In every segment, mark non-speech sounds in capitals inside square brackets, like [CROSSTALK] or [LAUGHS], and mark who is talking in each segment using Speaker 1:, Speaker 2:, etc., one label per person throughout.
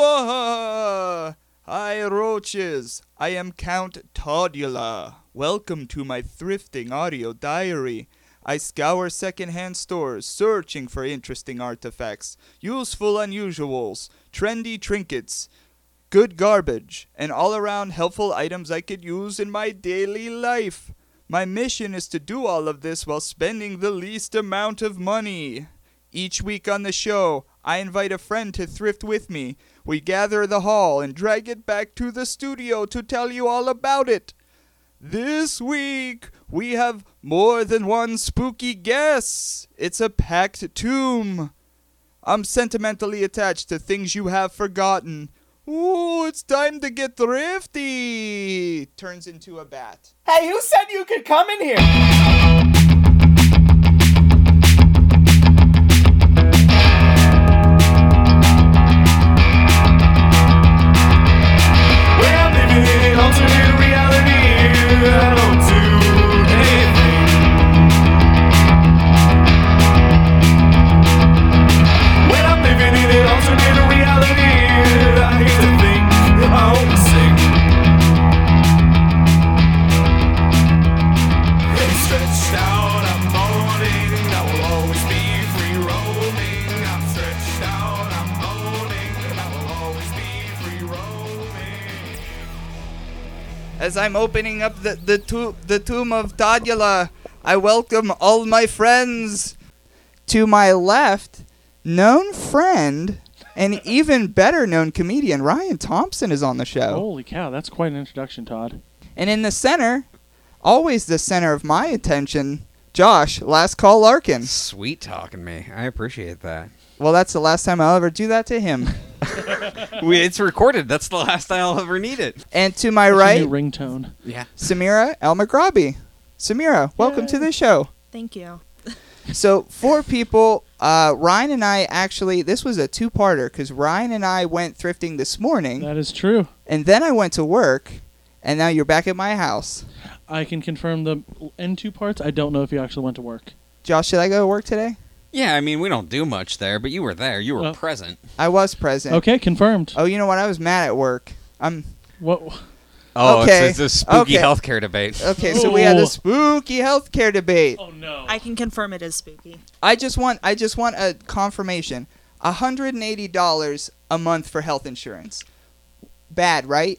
Speaker 1: Mooah! Hi, roaches. I am Count Todula. Welcome to my thrifting audio diary. I scour secondhand stores, searching for interesting artifacts, useful unusuals, trendy trinkets, good garbage, and all around helpful items I could use in my daily life. My mission is to do all of this while spending the least amount of money. Each week on the show, I invite a friend to thrift with me. We gather the haul and drag it back to the studio to tell you all about it. This week, we have more than one spooky guess. It's a packed tomb. I'm sentimentally attached to things you have forgotten. Ooh, it's time to get thrifty! Turns into a bat.
Speaker 2: Hey, who said you could come in here?
Speaker 3: We're living in alternate reality. I don't do anything. When I'm living in an alternate reality, I hate to think I'm sick. Stretched out, I'm moaning. I will always be free roaming. I'm stretched out, I'm moaning. I will always be free roaming.
Speaker 1: As I'm opening up the, the, to- the tomb of Tadula, I welcome all my friends. To my left, known friend and even better known comedian Ryan Thompson is on the show.
Speaker 4: Holy cow, that's quite an introduction, Todd.
Speaker 1: And in the center, always the center of my attention, Josh, last call Larkin.
Speaker 5: Sweet talking me. I appreciate that.
Speaker 1: Well, that's the last time I'll ever do that to him.
Speaker 5: [LAUGHS] We, it's recorded. That's the last I'll ever need it.
Speaker 1: And to my
Speaker 4: That's your
Speaker 1: right,
Speaker 4: [LAUGHS] New ringtone.
Speaker 5: Yeah.
Speaker 1: Samira El Magrabi. Samira, welcome to the show.
Speaker 6: Thank you.
Speaker 1: So four people. Uh, Ryan and I actually this was a two-parter because Ryan and I went thrifting this morning,
Speaker 4: That is true.
Speaker 1: and then I went to work, and now you're back at my house.
Speaker 4: I can confirm the end two parts. I don't know if you actually went to work.
Speaker 1: Josh, should I go to work today?
Speaker 5: Yeah, I mean, we don't do much there, but you were there. You were
Speaker 4: Well-
Speaker 5: present.
Speaker 1: I was present.
Speaker 4: Okay, confirmed.
Speaker 1: Oh, you know what? I was mad at work. I'm
Speaker 4: What?
Speaker 5: Oh,
Speaker 1: Okay.
Speaker 5: it's, it's a spooky
Speaker 1: Okay.
Speaker 5: healthcare debate.
Speaker 1: okay. So we had
Speaker 4: Ooh.
Speaker 1: a spooky healthcare debate.
Speaker 4: Oh no.
Speaker 6: I can confirm it is spooky.
Speaker 1: I just want I just want a confirmation. hundred and eighty dollars a month for health insurance. Bad, right?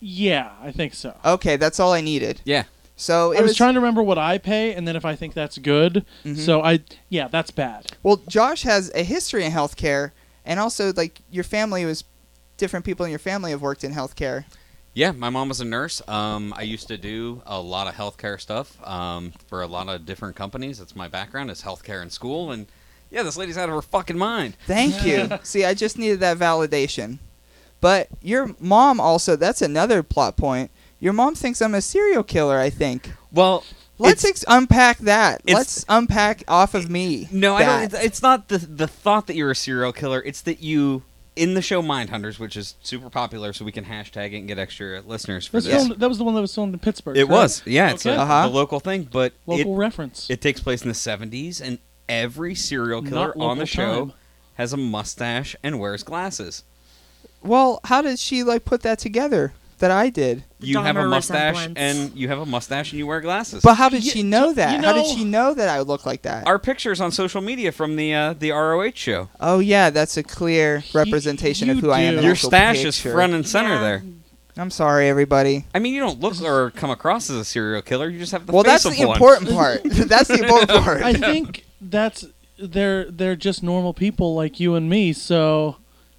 Speaker 4: yeah, I think so.
Speaker 1: Okay, that's all I needed.
Speaker 5: Yeah.
Speaker 1: So it
Speaker 4: I was, trying to remember what I pay, and then if I think that's good,
Speaker 1: Mhm.
Speaker 4: so I yeah, that's bad.
Speaker 1: Well, Josh has a history in healthcare, and also like your family was different people in your family have worked in healthcare.
Speaker 5: Yeah, my mom was a nurse. Um, I used to do a lot of healthcare stuff um, for a lot of different companies. That's my background is healthcare in school. And yeah, this lady's out of her fucking mind.
Speaker 1: Thank you. [LAUGHS] See, I just needed that validation. But your mom also—that's another plot point. Your mom thinks I'm a serial killer. I think.
Speaker 5: Well,
Speaker 1: Let's ex- unpack that.
Speaker 5: it's-
Speaker 1: Let's unpack off of me.
Speaker 5: No, I
Speaker 1: that.
Speaker 5: don't. It's, it's not the the thought that you're a serial killer. It's that you in the show Mindhunters, which is super popular, so we can hashtag it and get extra listeners for
Speaker 4: That's
Speaker 5: this.
Speaker 4: filmed- that was the one that was filmed in Pittsburgh.
Speaker 5: It
Speaker 4: correct?
Speaker 5: was, yeah, it's a,
Speaker 4: Okay.
Speaker 1: Uh-huh.
Speaker 5: a local thing, but
Speaker 4: local
Speaker 5: it
Speaker 4: reference.
Speaker 5: it [LAUGHS] takes place in the '70s, and every serial
Speaker 4: Not
Speaker 5: killer on
Speaker 4: local
Speaker 5: the show
Speaker 4: time.
Speaker 5: has a mustache and wears glasses.
Speaker 1: Well, how did she like put that together that I did?
Speaker 6: The
Speaker 5: you have a
Speaker 6: Dahmer
Speaker 5: mustache
Speaker 6: resemblance.
Speaker 5: and you have a mustache and you wear glasses.
Speaker 1: But how did she
Speaker 4: You-
Speaker 1: know
Speaker 4: you
Speaker 1: that? how did
Speaker 4: know-
Speaker 1: she know that I would look like that?
Speaker 5: our pictures on social media from the uh, the ROH show.
Speaker 1: oh yeah, that's a clear representation of
Speaker 4: you
Speaker 1: who I am. in
Speaker 4: do. An
Speaker 5: Your
Speaker 1: actual
Speaker 5: stash is
Speaker 1: picture.
Speaker 5: front and center
Speaker 6: Yeah.
Speaker 5: there.
Speaker 1: I'm sorry, everybody.
Speaker 5: I mean, you don't look or come across as a serial killer. You just have the
Speaker 1: well,
Speaker 5: face
Speaker 1: that's
Speaker 5: of
Speaker 1: the
Speaker 4: [LAUGHS]
Speaker 5: one.
Speaker 1: important part. [LAUGHS] that's the important part.
Speaker 4: I think that's they're they're just normal people like you and me. So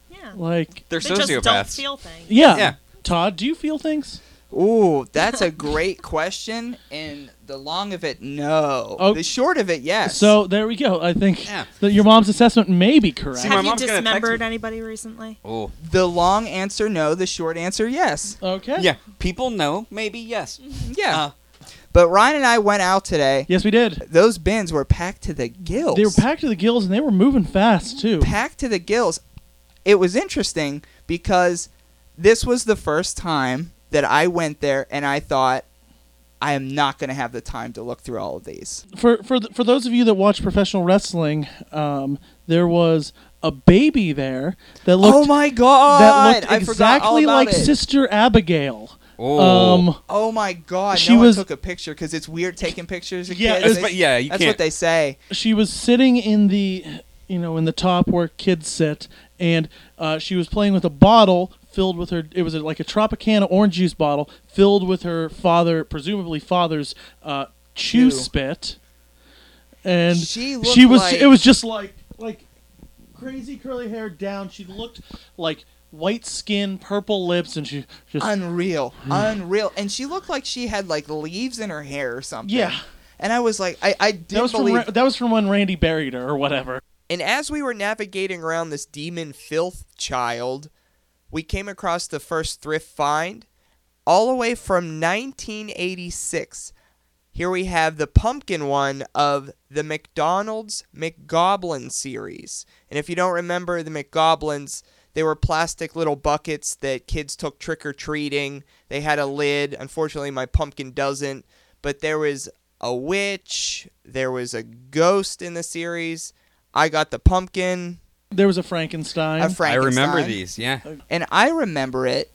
Speaker 6: Yeah.
Speaker 4: like
Speaker 5: [LAUGHS] They're
Speaker 6: they
Speaker 5: sociopaths.
Speaker 6: just don't feel things.
Speaker 4: yeah.
Speaker 5: Yeah.
Speaker 4: Todd, do you feel things?
Speaker 1: Ooh, that's a great question. And the long of it, no.
Speaker 4: Oh.
Speaker 1: The short of it, yes.
Speaker 4: So there we go. I think
Speaker 5: Yeah.
Speaker 4: that your mom's assessment may be correct.
Speaker 5: See, my
Speaker 6: Have you
Speaker 5: mom's gonna text
Speaker 6: dismembered
Speaker 5: me.
Speaker 6: anybody recently?
Speaker 5: oh,
Speaker 1: the long answer, no. The short answer, yes.
Speaker 4: okay.
Speaker 5: yeah. People know, maybe yes.
Speaker 1: Yeah.
Speaker 5: Uh,
Speaker 1: but Ryan and I went out today.
Speaker 4: Yes, we did.
Speaker 1: Those bins were packed to the gills.
Speaker 4: They were packed to the gills and they were moving fast too.
Speaker 1: packed to the gills. It was interesting because this was the first time that I went there and I thought, I am not going to have the time to look through all of these.
Speaker 4: For for th- for those of you that watch professional wrestling, um, there was a baby there that looked
Speaker 1: oh my god!
Speaker 4: that looked
Speaker 1: I forgot all
Speaker 4: exactly
Speaker 1: about
Speaker 4: like
Speaker 1: it.
Speaker 4: Sister Abigail.
Speaker 5: Oh.
Speaker 4: Um,
Speaker 1: Oh my god!
Speaker 4: She
Speaker 1: no
Speaker 4: was-
Speaker 1: I took a picture because it's weird taking pictures. Of
Speaker 4: Yeah,
Speaker 1: kids.
Speaker 5: it's- but yeah, you
Speaker 1: that's
Speaker 5: can't-
Speaker 1: what they say.
Speaker 4: she was sitting in the you know in the top where kids sit and uh, she was playing with a bottle filled with her it was like a tropicana orange juice bottle filled with her father presumably father's uh, chew
Speaker 1: Ew.
Speaker 4: spit and
Speaker 1: She
Speaker 4: she,
Speaker 1: looked
Speaker 4: was
Speaker 1: like-
Speaker 4: it was just like like crazy curly hair down she looked like white skin purple lips and she just Hmm.
Speaker 1: Unreal, unreal, and she looked like she had like leaves in her hair or something.
Speaker 4: Yeah.
Speaker 1: And I was like, I, I
Speaker 4: that
Speaker 1: didn't
Speaker 4: was from
Speaker 1: believe.
Speaker 4: Ra- that was from when Randy buried her or whatever
Speaker 1: And as we were navigating around this demon filth child, we came across the first thrift find all the way from 1986. Here we have the pumpkin one of the McDonald's McGoblin series. And if you don't remember the McGoblins, they were plastic little buckets that kids took trick or treating. They had a lid. Unfortunately, my pumpkin doesn't. But there was a witch, there was a ghost in the series. I got the pumpkin,
Speaker 4: there was a Frankenstein
Speaker 1: a
Speaker 5: I
Speaker 1: Frankenstein.
Speaker 5: remember these. Yeah.
Speaker 1: And I remember it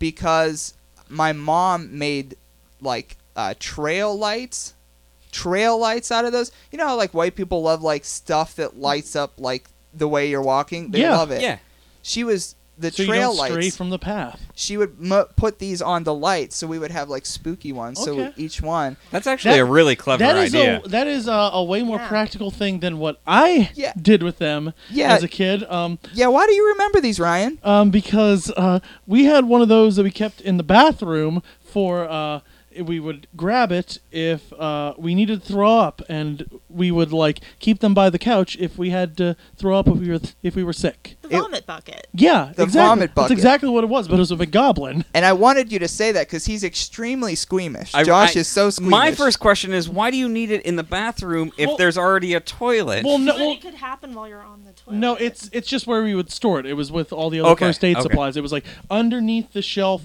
Speaker 1: because my mom made like uh, trail lights, trail lights out of those. You know how like white people love like stuff that lights up like the way you're walking. They
Speaker 4: Yeah.
Speaker 1: love it.
Speaker 5: Yeah.
Speaker 1: She was the
Speaker 4: so
Speaker 1: trail
Speaker 4: you don't stray
Speaker 1: lights.
Speaker 4: from the path
Speaker 1: she would m- put these on the lights, so we would have like spooky ones. So
Speaker 4: Okay.
Speaker 1: each one.
Speaker 5: That's actually
Speaker 4: That-
Speaker 5: a really clever
Speaker 4: That is
Speaker 5: idea.
Speaker 4: a that is a, a way more
Speaker 6: Yeah.
Speaker 4: practical thing than what I
Speaker 1: Yeah.
Speaker 4: did with them
Speaker 1: Yeah.
Speaker 4: as a kid. Um,
Speaker 1: Yeah. Why do you remember these, Ryan?
Speaker 4: um, because uh, we had one of those that we kept in the bathroom for uh, we would grab it if uh, we needed to throw up, and we would like keep them by the couch if we had to throw up if we were if we were sick.
Speaker 6: The
Speaker 1: It-
Speaker 6: vomit bucket.
Speaker 4: Yeah,
Speaker 1: The
Speaker 4: exactly.
Speaker 1: vomit bucket.
Speaker 4: That's exactly what it was, but it was a big goblin.
Speaker 1: And I wanted you to say that because he's extremely squeamish.
Speaker 5: I-
Speaker 1: Josh
Speaker 5: I-
Speaker 1: is so squeamish.
Speaker 5: My first question is why do you need it in the bathroom if
Speaker 4: Well-
Speaker 5: there's already a toilet?
Speaker 4: Well, no,
Speaker 6: But
Speaker 4: well,
Speaker 6: it could happen while you're on the toilet.
Speaker 4: No, it's it's just where we would store it. It was with all the other
Speaker 5: Okay,
Speaker 4: first aid
Speaker 5: okay.
Speaker 4: supplies. It was like underneath the shelf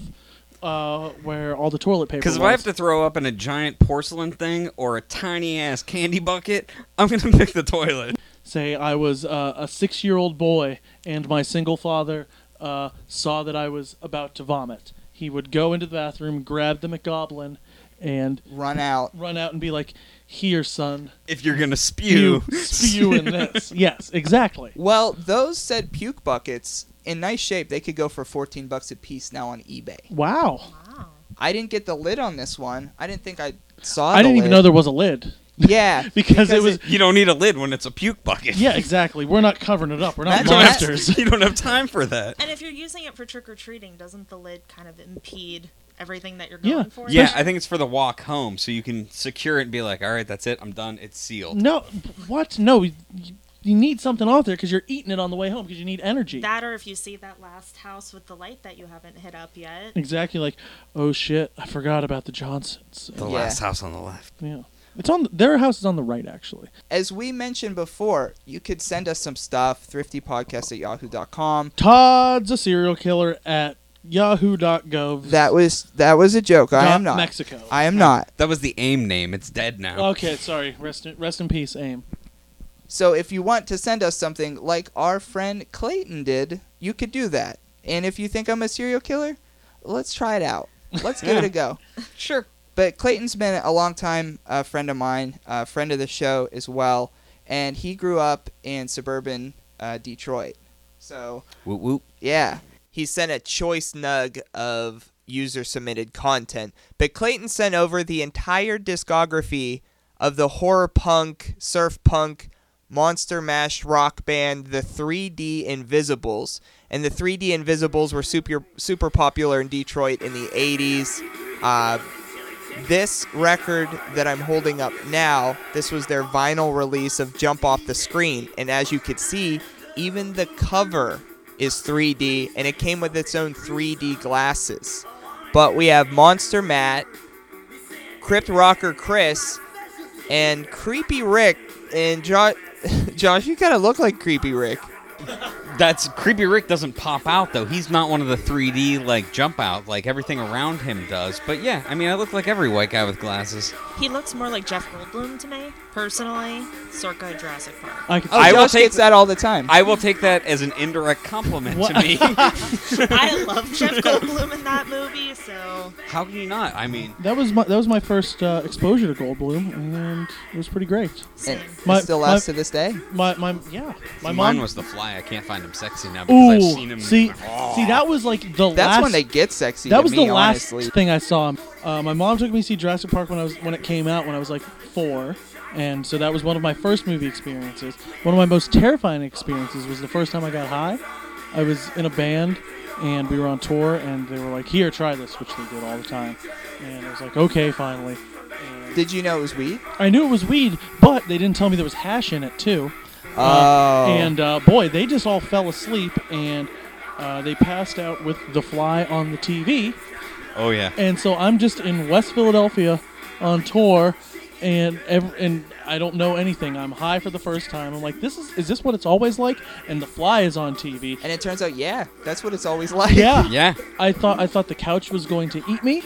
Speaker 4: uh, where all the toilet paper.
Speaker 5: Because if
Speaker 4: was.
Speaker 5: I have to throw up in a giant porcelain thing or a tiny ass candy bucket, I'm gonna [LAUGHS] pick the toilet.
Speaker 4: say I was uh, a six-year-old boy and my single father uh, saw that I was about to vomit, he would go into the bathroom, grab the McGoblin, and
Speaker 1: run out.
Speaker 4: run out and be like, "Here, son,
Speaker 5: If you're gonna spew,
Speaker 4: you
Speaker 5: [LAUGHS]
Speaker 4: spew in this." Yes, exactly.
Speaker 1: Well, those said puke buckets in nice shape. They could go for 14 bucks a piece now on eBay.
Speaker 4: Wow,
Speaker 6: Wow.
Speaker 1: I didn't get the lid on this one. I didn't think I saw.
Speaker 4: I didn't
Speaker 1: the
Speaker 4: even know
Speaker 1: lid.
Speaker 4: there was a lid.
Speaker 1: [LAUGHS] Yeah,
Speaker 4: Because it was-
Speaker 5: you don't need a lid when it's a puke bucket.
Speaker 4: Yeah, exactly. We're not covering it up. We're not
Speaker 1: That's what I-
Speaker 4: monsters.
Speaker 5: [LAUGHS] you don't have time for that.
Speaker 6: And if you're using it for trick or treating, doesn't the lid kind of impede everything that you're
Speaker 4: Yeah.
Speaker 6: going for?
Speaker 5: Yeah, I think it's for the walk home, so you can secure it and be like, "All right, that's it. I'm done. It's sealed."
Speaker 4: No, what? No, you, you need something off there because you're eating it on the way home because you need energy.
Speaker 6: That or if you see that last house with the light that you haven't hit up yet.
Speaker 4: exactly. Like, oh shit, I forgot about the Johnsons.
Speaker 5: The
Speaker 1: Yeah.
Speaker 5: last house on the left.
Speaker 4: Yeah, it's on. Their house is on the right, actually.
Speaker 1: as we mentioned before, you could send us some stuff. Thriftypodcast at yahoo.com.
Speaker 4: Todd's a serial killer at yahoo.gov.
Speaker 1: That was that was a joke. I
Speaker 4: dot
Speaker 1: am not.
Speaker 4: Mexico.
Speaker 1: I am not.
Speaker 5: That was the aim name. It's dead now.
Speaker 4: okay, sorry. Rest in, rest in peace, Aim.
Speaker 1: So if you want to send us something like our friend Clayton did, you could do that. And if you think I'm a serial killer, let's try it out. Let's give it a go.
Speaker 5: Sure.
Speaker 1: But Clayton's been a longtime uh, friend of mine, uh, friend of the show as well, and he grew up in suburban uh, Detroit. So
Speaker 5: Whoop whoop.
Speaker 1: yeah, he sent a choice nug of user submitted content. But Clayton sent over the entire discography of the horror punk, surf punk, monster mash rock band, the 3D Invisibles. And the 3D Invisibles were super super popular in Detroit in the 80s. Uh, this record that I'm holding up now, this was their vinyl release of Jump Off the Screen. And as you could see, even the cover is 3D and it came with its own 3D glasses. But we have Monster Matt, Crypt Rocker Chris, and Creepy Rick. And Josh, [LAUGHS] Josh, you kind of look like Creepy Rick.
Speaker 5: That's creepy. Rick doesn't pop out though. He's not one of the 3D like jump out like everything around him does. But yeah, I mean, I look like every white guy with glasses.
Speaker 6: He looks more like Jeff Goldblum to me, personally, circa Jurassic
Speaker 4: [LAUGHS]
Speaker 6: Park.
Speaker 4: I could
Speaker 5: Oh,
Speaker 1: I
Speaker 5: Josh
Speaker 1: will take
Speaker 5: gets
Speaker 1: that all the time.
Speaker 5: I will take that as an indirect compliment
Speaker 4: What?
Speaker 5: to me.
Speaker 6: I love Jeff Goldblum in that movie, so
Speaker 5: [LAUGHS] How can you not? I mean,
Speaker 4: That was my that was my first uh, exposure to Goldblum, and it was pretty great.
Speaker 1: and
Speaker 6: same.
Speaker 1: it
Speaker 4: My-
Speaker 1: still
Speaker 4: my-
Speaker 1: lasts to this day.
Speaker 4: My my yeah, my
Speaker 5: mine
Speaker 4: mom
Speaker 5: was the fly. I can't find him sexy now because
Speaker 4: Ooh,
Speaker 5: I've seen him.
Speaker 4: see,
Speaker 5: Oh.
Speaker 4: see that was like the
Speaker 1: That's
Speaker 4: last.
Speaker 1: when they get sexy.
Speaker 4: that
Speaker 1: to
Speaker 4: was
Speaker 1: me,
Speaker 4: the last
Speaker 1: honestly.
Speaker 4: thing I saw him. Uh, my mom took me to see Jurassic Park when I was when it came out when I was like four, and so that was one of my first movie experiences. One of my most terrifying experiences was the first time I got high. I was in a band, and we were on tour, and they were like, "Here, try this," which they did all the time, and I was like, "Okay, finally." And
Speaker 1: Did you know it was weed?
Speaker 4: I knew it was weed, but they didn't tell me there was hash in it too.
Speaker 1: oh,
Speaker 4: And uh, boy, they just all fell asleep and uh, they passed out with The Fly on the TV.
Speaker 5: Oh yeah.
Speaker 4: And so I'm just in West Philadelphia on tour, and ev- and I don't know anything. I'm high for the first time. I'm like, this is is this what it's always like? And The Fly is on TV.
Speaker 1: and it turns out, yeah, that's what it's always [LAUGHS] like.
Speaker 4: Yeah,
Speaker 5: Yeah.
Speaker 4: I thought I thought the couch was going to eat me,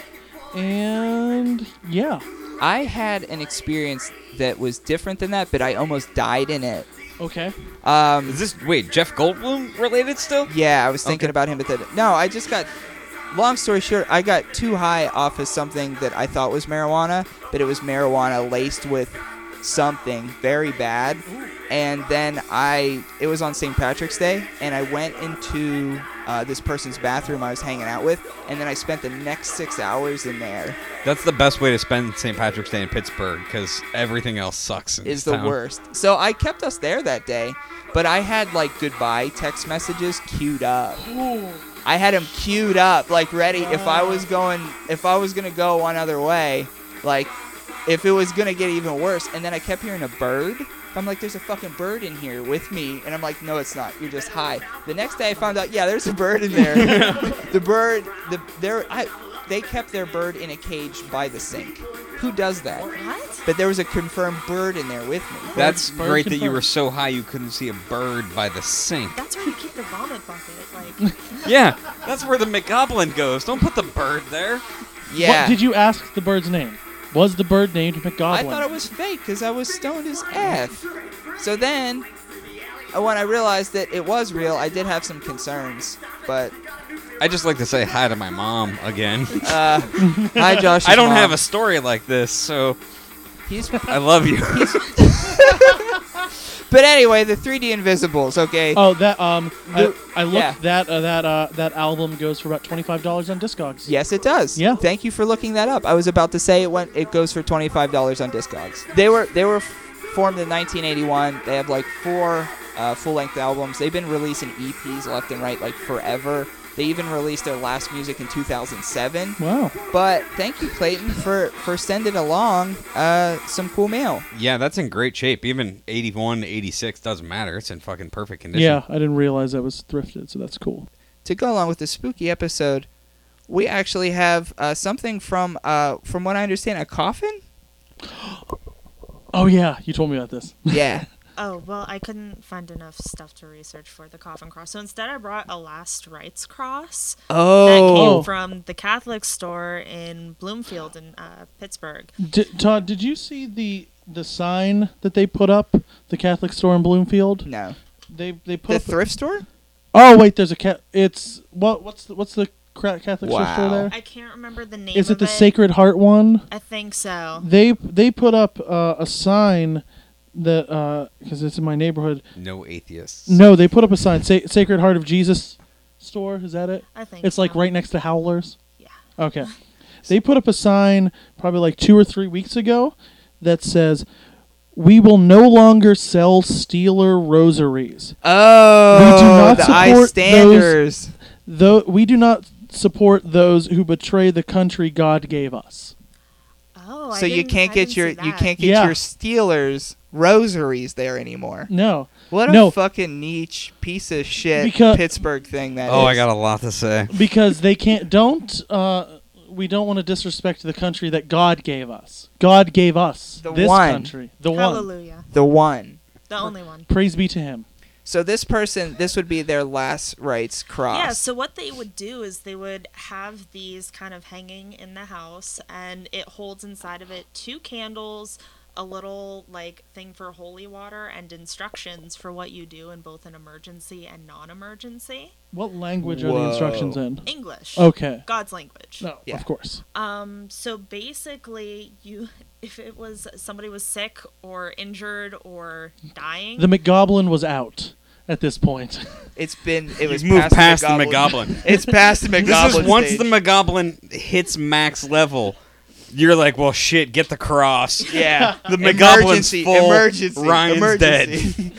Speaker 4: and yeah,
Speaker 1: I had an experience that was different than that, but I almost died in it.
Speaker 4: okay,
Speaker 1: Um,
Speaker 5: Is this wait Jeff Goldblum related still?
Speaker 1: Yeah, I was thinking
Speaker 5: Okay.
Speaker 1: about him, but then no, I just got. Long story short, I got too high off of something that I thought was marijuana, but it was marijuana laced with something very bad. And then I, it was on St. Patrick's Day, and I went into uh, this person's bathroom I was hanging out with, and then I spent the next six hours in there.
Speaker 5: That's the best way to spend St. Patrick's Day in Pittsburgh because everything else sucks. In
Speaker 1: is
Speaker 5: this
Speaker 1: the
Speaker 5: town.
Speaker 1: worst. So I kept us there that day, but I had like goodbye text messages queued up. I had them queued up, like ready. If I was going, if I was gonna go one other way, like if it was gonna get even worse, and then I kept hearing a bird. I'm like, there's a fucking bird in here with me, and I'm like, no, it's not. You're just high. The next day, I found out, yeah, there's a bird in
Speaker 5: [LAUGHS]
Speaker 1: there. the bird, the there, I, they kept their bird in a cage by the sink. Who does that?
Speaker 6: What?
Speaker 1: but there was a confirmed bird in there with me.
Speaker 5: That's
Speaker 4: Bird
Speaker 5: great that you
Speaker 4: confirmed.
Speaker 5: were so high you couldn't see a bird by the sink.
Speaker 6: That's where you keep the vomit bucket.
Speaker 4: [LAUGHS]
Speaker 6: Like,
Speaker 5: Yeah, that's where the McGoblin goes. Don't put the bird there.
Speaker 1: Yeah.
Speaker 4: What did you ask the bird's name? Was the bird named McGoblin?
Speaker 1: I thought it was fake because I was stoned as F. So then, uh, when I realized that it was real, I did have some concerns.
Speaker 4: [LAUGHS]
Speaker 1: But,
Speaker 5: I just like to say hi to my mom again.
Speaker 1: uh, hi, Josh.
Speaker 5: I don't have a story like this, so
Speaker 1: He's,
Speaker 5: I love you.
Speaker 1: but anyway, the 3D Invisibles, okay?
Speaker 4: Oh, that um, I,
Speaker 1: The-
Speaker 4: I looked
Speaker 1: yeah.
Speaker 4: that uh, that uh, that album goes for about twenty five dollars on Discogs.
Speaker 1: Yes, it does.
Speaker 4: Yeah.
Speaker 1: Thank you for looking that up. I was about to say it went. It goes for twenty five dollars on Discogs. They were they were f- formed in 1981. They have like four uh, full length albums. They've been releasing EPs left and right like forever. They even released their last music in 2007.
Speaker 4: Wow.
Speaker 1: But thank you, Clayton, for for sending along uh, some cool mail.
Speaker 5: [LAUGHS] yeah, that's in great shape. Even 81, 86 doesn't matter. It's in fucking perfect condition.
Speaker 4: Yeah, I didn't realize that was thrifted, so that's cool.
Speaker 1: to go along with the spooky episode, we actually have uh, something from uh, from what I understand a coffin.
Speaker 4: Oh yeah, you told me about this.
Speaker 1: Yeah.
Speaker 6: oh well, I couldn't find enough stuff to research for the coffin cross, so instead I brought a last rites cross that
Speaker 4: Oh.
Speaker 6: came from the Catholic store in Bloomfield in uh, Pittsburgh.
Speaker 4: D- Todd, did you see the the sign that they put up the Catholic store in Bloomfield?
Speaker 1: No.
Speaker 4: They they put
Speaker 1: The
Speaker 4: up-
Speaker 1: thrift store.
Speaker 4: Oh wait, there's a cat. It's what what's the, what's the cra- Catholic store
Speaker 1: Wow.
Speaker 4: store there?
Speaker 6: I can't remember the name.
Speaker 4: Is it
Speaker 6: of
Speaker 4: the Sacred Heart one?
Speaker 6: I think so.
Speaker 4: They they put up uh, a sign that because it's in my neighborhood
Speaker 5: No atheists.
Speaker 4: No, they put up a sign. Sa- Sacred Heart of Jesus store. Is that it?
Speaker 6: I think
Speaker 4: It's like
Speaker 6: so.
Speaker 4: right next to Howlers.
Speaker 6: Yeah.
Speaker 4: Okay. They put up a sign probably like two or three weeks ago that says, "We will no longer sell Steeler rosaries.
Speaker 1: Oh,
Speaker 4: We do not
Speaker 1: the
Speaker 4: support
Speaker 1: I
Speaker 4: those-
Speaker 1: standers.
Speaker 4: Though we do not support those who betray the country God gave us."
Speaker 6: Oh, I
Speaker 1: so you
Speaker 6: didn't-
Speaker 1: can't
Speaker 6: I
Speaker 1: get
Speaker 6: didn't
Speaker 1: your
Speaker 6: see
Speaker 1: you
Speaker 6: that.
Speaker 1: can't get
Speaker 4: Yeah.
Speaker 1: your Steelers rosaries there anymore.
Speaker 4: No,
Speaker 1: What a
Speaker 4: No.
Speaker 1: fucking niche piece of shit
Speaker 4: Because-
Speaker 1: Pittsburgh thing that
Speaker 5: Oh, I
Speaker 1: is.
Speaker 5: got a lot to say.
Speaker 4: because they can't. Don't. Uh, we don't want to disrespect the country that God gave us. God gave us
Speaker 1: The
Speaker 4: this
Speaker 1: one.
Speaker 4: country. The one.
Speaker 6: Hallelujah,
Speaker 1: the one.
Speaker 6: the only one.
Speaker 4: Praise be to Him.
Speaker 1: So this person, this would be their last rites cross.
Speaker 6: Yeah, so what they would do is they would have these kind of hanging in the house, and it holds inside of it two candles, a little like thing for holy water, and instructions for what you do in both an emergency and non emergency.
Speaker 4: What language are the instructions in?
Speaker 6: English.
Speaker 4: Okay.
Speaker 6: God's language.
Speaker 4: No,
Speaker 1: Yeah.
Speaker 4: of course.
Speaker 6: Um, so basically, you [LAUGHS] if it was somebody was sick or injured or dying,
Speaker 4: The McGoblin was out at this point.
Speaker 1: It's been it was
Speaker 5: You've moved past, the
Speaker 1: McGoblin.
Speaker 5: McGoblin.
Speaker 1: It's past the McGoblin.
Speaker 5: [LAUGHS] this is once
Speaker 1: stage.
Speaker 5: the McGoblin hits max level, you're like, well, shit, get the [LAUGHS] cross.
Speaker 1: yeah.
Speaker 5: The McGoblin's
Speaker 1: Emergency,
Speaker 5: full.
Speaker 1: emergency,
Speaker 5: Ryan's
Speaker 1: emergency. [LAUGHS]
Speaker 5: dead.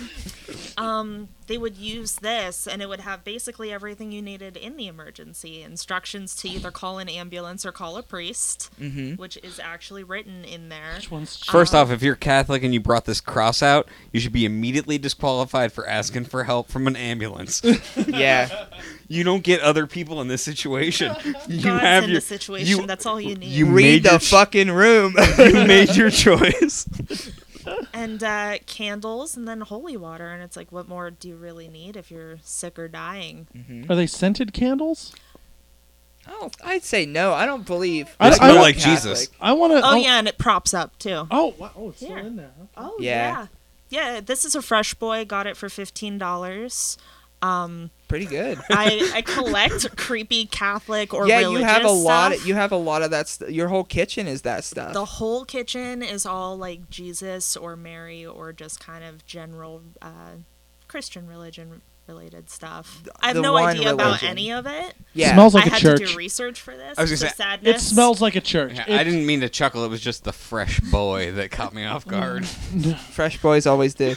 Speaker 6: um, they would use this, and it would have basically everything you needed in the emergency instructions to either call an ambulance or call a priest,
Speaker 1: Mm-hmm.
Speaker 6: which is actually written in there.
Speaker 4: Which one's
Speaker 5: First
Speaker 6: Uh-huh.
Speaker 5: off, if you're Catholic and you brought this cross out, you should be immediately disqualified for asking for help from an
Speaker 6: [LAUGHS]
Speaker 5: ambulance.
Speaker 1: yeah.
Speaker 5: you don't get other people in this
Speaker 6: [LAUGHS]
Speaker 5: situation. You
Speaker 6: God's
Speaker 5: have
Speaker 6: in
Speaker 5: your
Speaker 6: the situation. that's all you need.
Speaker 5: you
Speaker 1: Read
Speaker 5: made
Speaker 1: the
Speaker 5: your ch-
Speaker 1: fucking room.
Speaker 5: [LAUGHS]
Speaker 1: [LAUGHS]
Speaker 5: you made your choice.
Speaker 6: and uh, candles, and then holy water. And it's like, what more do you really need if you're sick or dying?
Speaker 1: Mm-hmm.
Speaker 4: Are they scented candles?
Speaker 1: oh, I'd say no. I don't believe.
Speaker 4: I-
Speaker 1: I'm
Speaker 4: I-
Speaker 1: not
Speaker 5: like Jesus.
Speaker 1: Catholic.
Speaker 4: I want to.
Speaker 6: Oh, yeah, and it props up too.
Speaker 4: Oh, wow. Oh, it's still
Speaker 6: Here.
Speaker 4: in there. huh?
Speaker 6: Oh
Speaker 1: Yeah.
Speaker 6: yeah. yeah. this is a fresh boy. Got it for fifteen dollars. Um,
Speaker 1: Pretty good.
Speaker 6: I,
Speaker 1: [LAUGHS]
Speaker 6: I collect creepy Catholic or
Speaker 1: yeah, you
Speaker 6: religious
Speaker 1: have a lot.
Speaker 6: stuff.
Speaker 1: Of, you have a lot of that. St- your whole kitchen is that stuff.
Speaker 6: the whole kitchen is all like Jesus or Mary or just kind of general uh, Christian religion related stuff. I have
Speaker 1: the
Speaker 6: no
Speaker 1: one
Speaker 6: idea about
Speaker 1: religion.
Speaker 6: any of it.
Speaker 1: yeah.
Speaker 4: Smells
Speaker 6: I
Speaker 4: like a
Speaker 6: had
Speaker 4: church.
Speaker 6: to do research for this.
Speaker 5: I was gonna
Speaker 6: so
Speaker 5: say, it
Speaker 6: sadness.
Speaker 4: it smells like a church.
Speaker 5: I
Speaker 4: It-
Speaker 5: didn't mean to chuckle. It was just the fresh boy that caught me off
Speaker 6: [LAUGHS]
Speaker 5: guard.
Speaker 1: Fresh boys always do.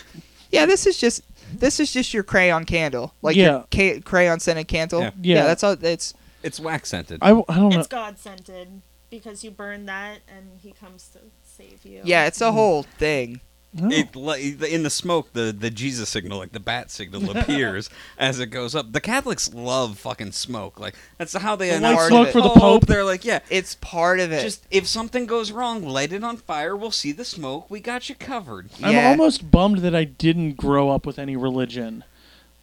Speaker 1: Yeah, this is just this is just your crayon candle, like your ca- crayon scented candle.
Speaker 5: Yeah.
Speaker 4: Yeah.
Speaker 1: that's all. It's
Speaker 5: It's wax scented.
Speaker 4: I, w- I don't know.
Speaker 6: It's God scented because you burn that and He comes to save you.
Speaker 1: yeah, it's a whole thing.
Speaker 4: No.
Speaker 5: It li- in the smoke, the the Jesus signal, like the bat signal,
Speaker 1: [LAUGHS]
Speaker 5: appears as it goes up. The Catholics love fucking smoke. Like that's how they
Speaker 4: The
Speaker 1: white
Speaker 5: announce
Speaker 1: smoke for
Speaker 4: the
Speaker 5: Oh,
Speaker 4: Pope.
Speaker 5: They're like, yeah,
Speaker 1: It's part of it.
Speaker 5: just if something goes wrong, light it on fire. We'll see the smoke. We got you covered.
Speaker 4: I'm
Speaker 1: yeah.
Speaker 4: almost bummed that I didn't grow up with any religion.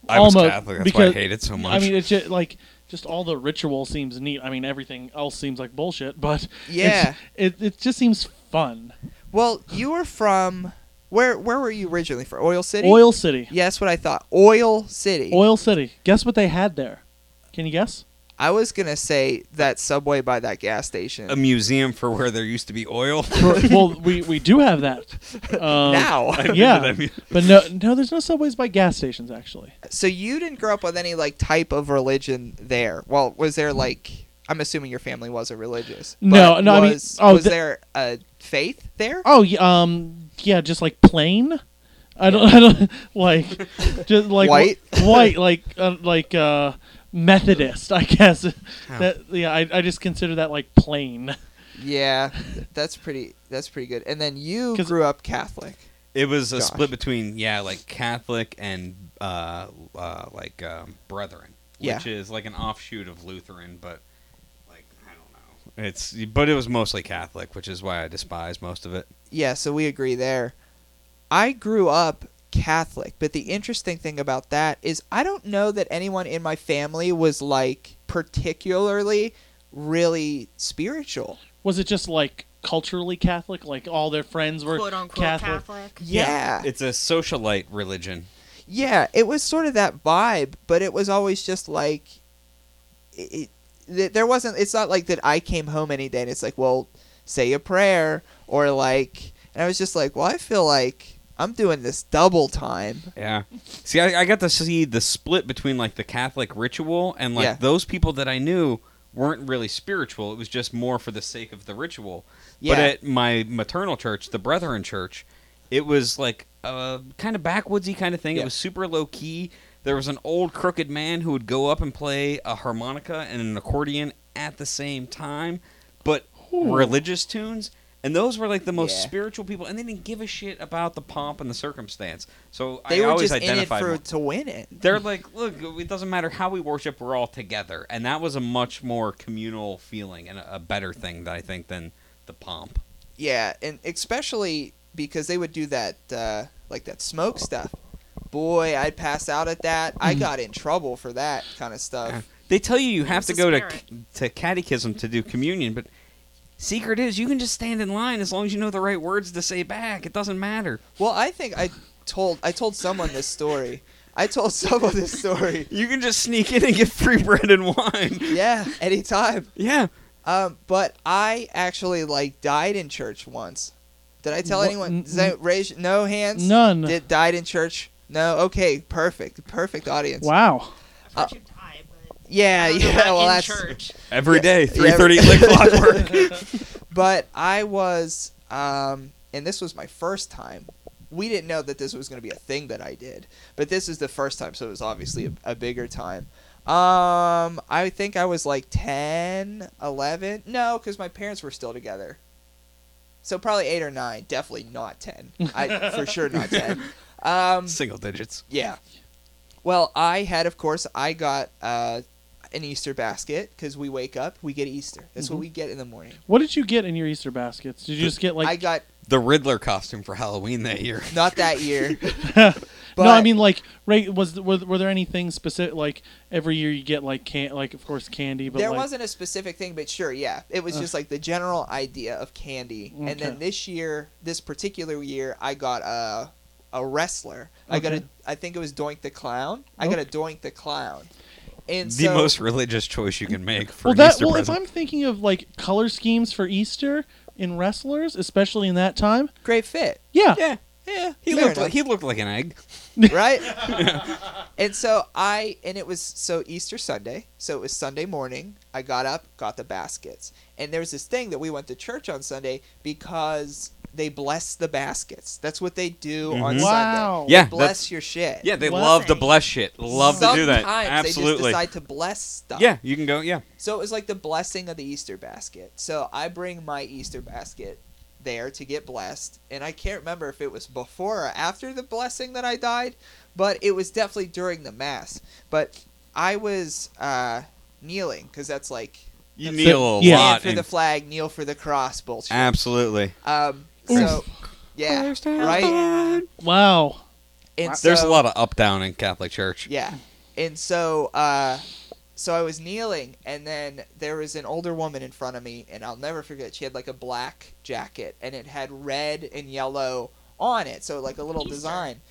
Speaker 5: I was
Speaker 4: Almost,
Speaker 5: Catholic. That's why I
Speaker 4: because-
Speaker 5: hate it so much.
Speaker 4: I mean, it's just like just all the ritual seems neat. I mean, everything else seems like bullshit, but
Speaker 1: Yeah.
Speaker 4: it's, it it just seems fun.
Speaker 1: well, you were from where? Where were you originally from? Oil City.
Speaker 4: Oil City,
Speaker 1: Yeah, that's what I thought. Oil City.
Speaker 4: Oil City. Guess what they had there? Can you guess?
Speaker 1: I was gonna say that subway by that gas station.
Speaker 5: a museum for where there used to be
Speaker 4: [LAUGHS]
Speaker 5: oil.
Speaker 4: well, we we do have that.
Speaker 5: [LAUGHS]
Speaker 4: Um,
Speaker 1: now, [LAUGHS]
Speaker 4: yeah, but no, no, there's no subways by gas stations actually.
Speaker 1: so you didn't grow up with any like type of religion there. Well, was there like? I'm assuming your family wasn't religious.
Speaker 4: No,
Speaker 1: but
Speaker 4: no, I mean-
Speaker 1: Was,
Speaker 4: oh,
Speaker 1: was
Speaker 4: the-
Speaker 1: there a faith there?
Speaker 4: Oh, yeah, um, yeah, just like plain. I don't, I don't [LAUGHS] like, just like
Speaker 1: White?
Speaker 4: wh- [LAUGHS] white, like, uh, like uh, Methodist, I guess. That, yeah, I, I just consider that like plain.
Speaker 1: Yeah, th- that's pretty. That's pretty good. And then you
Speaker 4: [LAUGHS] 'Cause-
Speaker 1: grew up Catholic.
Speaker 5: It was a
Speaker 1: Gosh.
Speaker 5: split between yeah, like Catholic and uh, uh, like um, Brethren,
Speaker 1: Yeah.
Speaker 5: which is like an offshoot of Lutheran, but like I don't know. It's but it was mostly Catholic, which is why I despise most of it.
Speaker 1: Yeah, so we agree there. I grew up Catholic, but the interesting thing about that is I don't know that anyone in my family was like particularly really spiritual.
Speaker 4: Was it just like culturally Catholic? Like all their friends were
Speaker 6: quote unquote
Speaker 4: Catholic.
Speaker 6: Catholic.
Speaker 1: Yeah.
Speaker 5: It's a socialite religion.
Speaker 1: Yeah, it was sort of that vibe, but it was always just like it, it th- there wasn't it's not like that I came home any day and it's like, "Well, say a prayer" or like and I was just like, "Well, I feel like I'm doing this double time."
Speaker 5: Yeah. See, I, I got to see the split between like the Catholic ritual and like
Speaker 1: Yeah.
Speaker 5: those people that I knew weren't really spiritual. It was just more for the sake of the ritual.
Speaker 1: Yeah.
Speaker 5: But at my maternal church, the Brethren Church, it was like a kind of backwoodsy kind of thing.
Speaker 1: Yeah.
Speaker 5: It was super low key. There was an old crooked man who would go up and play a harmonica and an accordion at the same time, but religious tunes. And those were like the most
Speaker 1: Yeah.
Speaker 5: spiritual people, and they didn't give a shit about the pomp and the circumstance. So
Speaker 1: They
Speaker 5: I
Speaker 1: were
Speaker 5: always
Speaker 1: just in it
Speaker 5: identified
Speaker 1: for
Speaker 5: more-
Speaker 1: to win it.
Speaker 5: they're like, look, it doesn't matter how we worship, we're all together, and that was a much more communal feeling and a, a better thing that I think than the pomp.
Speaker 1: Yeah, and especially because they would do that, uh, like that smoke stuff. boy, I'd pass out at that. I
Speaker 4: Mm.
Speaker 1: got in trouble for that kind of stuff.
Speaker 5: They tell you you have to
Speaker 6: It's a
Speaker 5: go to
Speaker 6: spirit.
Speaker 5: to catechism to do communion, but secret is you can just stand in line as long as you know the right words to say back. It doesn't matter.
Speaker 1: Well, I think I told I told someone this story. I told [LAUGHS] someone this story.
Speaker 5: You can just sneak in and get free [LAUGHS] bread and wine.
Speaker 1: Yeah, anytime.
Speaker 5: Yeah.
Speaker 1: Um, but I actually like died in church once. Did I tell
Speaker 4: Wha-
Speaker 1: anyone?
Speaker 4: n-
Speaker 1: Does anyone raise no hands?
Speaker 4: None.
Speaker 1: Did died in church? No. Okay. Perfect. Perfect audience.
Speaker 4: Wow.
Speaker 1: Uh,
Speaker 6: you die, but
Speaker 1: Yeah. [LAUGHS]
Speaker 6: I don't know
Speaker 1: Yeah.
Speaker 6: about
Speaker 1: Well,
Speaker 6: in
Speaker 1: that's.
Speaker 6: church.
Speaker 5: every day,
Speaker 1: yeah.
Speaker 5: 3:30 like clockwork. [LAUGHS]
Speaker 1: But I was, um, and this was my first time. We didn't know that this was going to be a thing that I did, but this is the first time, so it was obviously a, a bigger time. Um, I think I was like 10, 11. No, because my parents were still together. So probably 8 or 9. Definitely not 10. I, for sure not 10. Um,
Speaker 5: Single digits.
Speaker 1: yeah. Well, I had, of course, I got uh, an Easter basket because we wake up, we get Easter. That's what we get in the morning.
Speaker 4: What did you get in your Easter baskets? Did you just get like?
Speaker 1: I got
Speaker 5: The Riddler costume for Halloween that year.
Speaker 1: not that year. but,
Speaker 4: no, I mean like. Right? Was were, were there anything specific? Like every year you get like can like of course candy, but
Speaker 1: there
Speaker 4: like,
Speaker 1: wasn't a specific thing, but sure, yeah, it was just like the general idea of candy. And then
Speaker 4: Okay.
Speaker 1: this year, this particular year, I got a a wrestler. I got a,
Speaker 4: Okay.
Speaker 1: I think it was Doink the Clown. I got a Doink the Clown, and
Speaker 5: The
Speaker 1: so,
Speaker 5: most religious choice you can make for
Speaker 4: well
Speaker 5: an
Speaker 4: that
Speaker 5: Easter
Speaker 4: well
Speaker 5: present.
Speaker 4: if I'm thinking of like color schemes for Easter in wrestlers, especially in that time.
Speaker 1: great fit.
Speaker 4: Yeah.
Speaker 5: yeah. Yeah, he
Speaker 1: Fair
Speaker 5: looked
Speaker 1: enough.
Speaker 5: like he looked like an egg. [LAUGHS]
Speaker 1: right? [LAUGHS] and so I and it was so Easter Sunday, so it was Sunday morning. I got up, got the baskets, and there was this thing that we went to church on Sunday because they bless the baskets. That's what they do on
Speaker 5: Mhm.
Speaker 4: Wow.
Speaker 1: Sunday.
Speaker 5: Yeah,
Speaker 1: they
Speaker 5: that's-
Speaker 1: bless your shit.
Speaker 5: Yeah, they
Speaker 4: What?
Speaker 5: love to bless shit. Love
Speaker 1: Sometimes
Speaker 5: to do that.
Speaker 1: they just
Speaker 5: Absolutely.
Speaker 1: decide to bless stuff.
Speaker 5: Yeah, you can go. Yeah.
Speaker 1: So it was like the blessing of the Easter basket. So I bring my Easter basket there to get blessed, and I can't remember if it was before or after the blessing that I died, but it was definitely during the mass. But I was uh, kneeling because that's like
Speaker 4: So-
Speaker 5: You kneel a
Speaker 4: yeah.
Speaker 5: lot.
Speaker 1: stand for
Speaker 5: and-
Speaker 1: the flag, kneel for the cross bullshit.
Speaker 5: absolutely.
Speaker 1: Um, so yeah, right.
Speaker 4: Wow.
Speaker 1: And
Speaker 5: There's a
Speaker 1: so-
Speaker 5: lot of up down in Catholic Church.
Speaker 1: Yeah. And so uh so I was kneeling and then there was an older woman in front of me and I'll never forget she had like a black jacket and it had red and yellow on it. So like a little
Speaker 6: Easter.
Speaker 1: design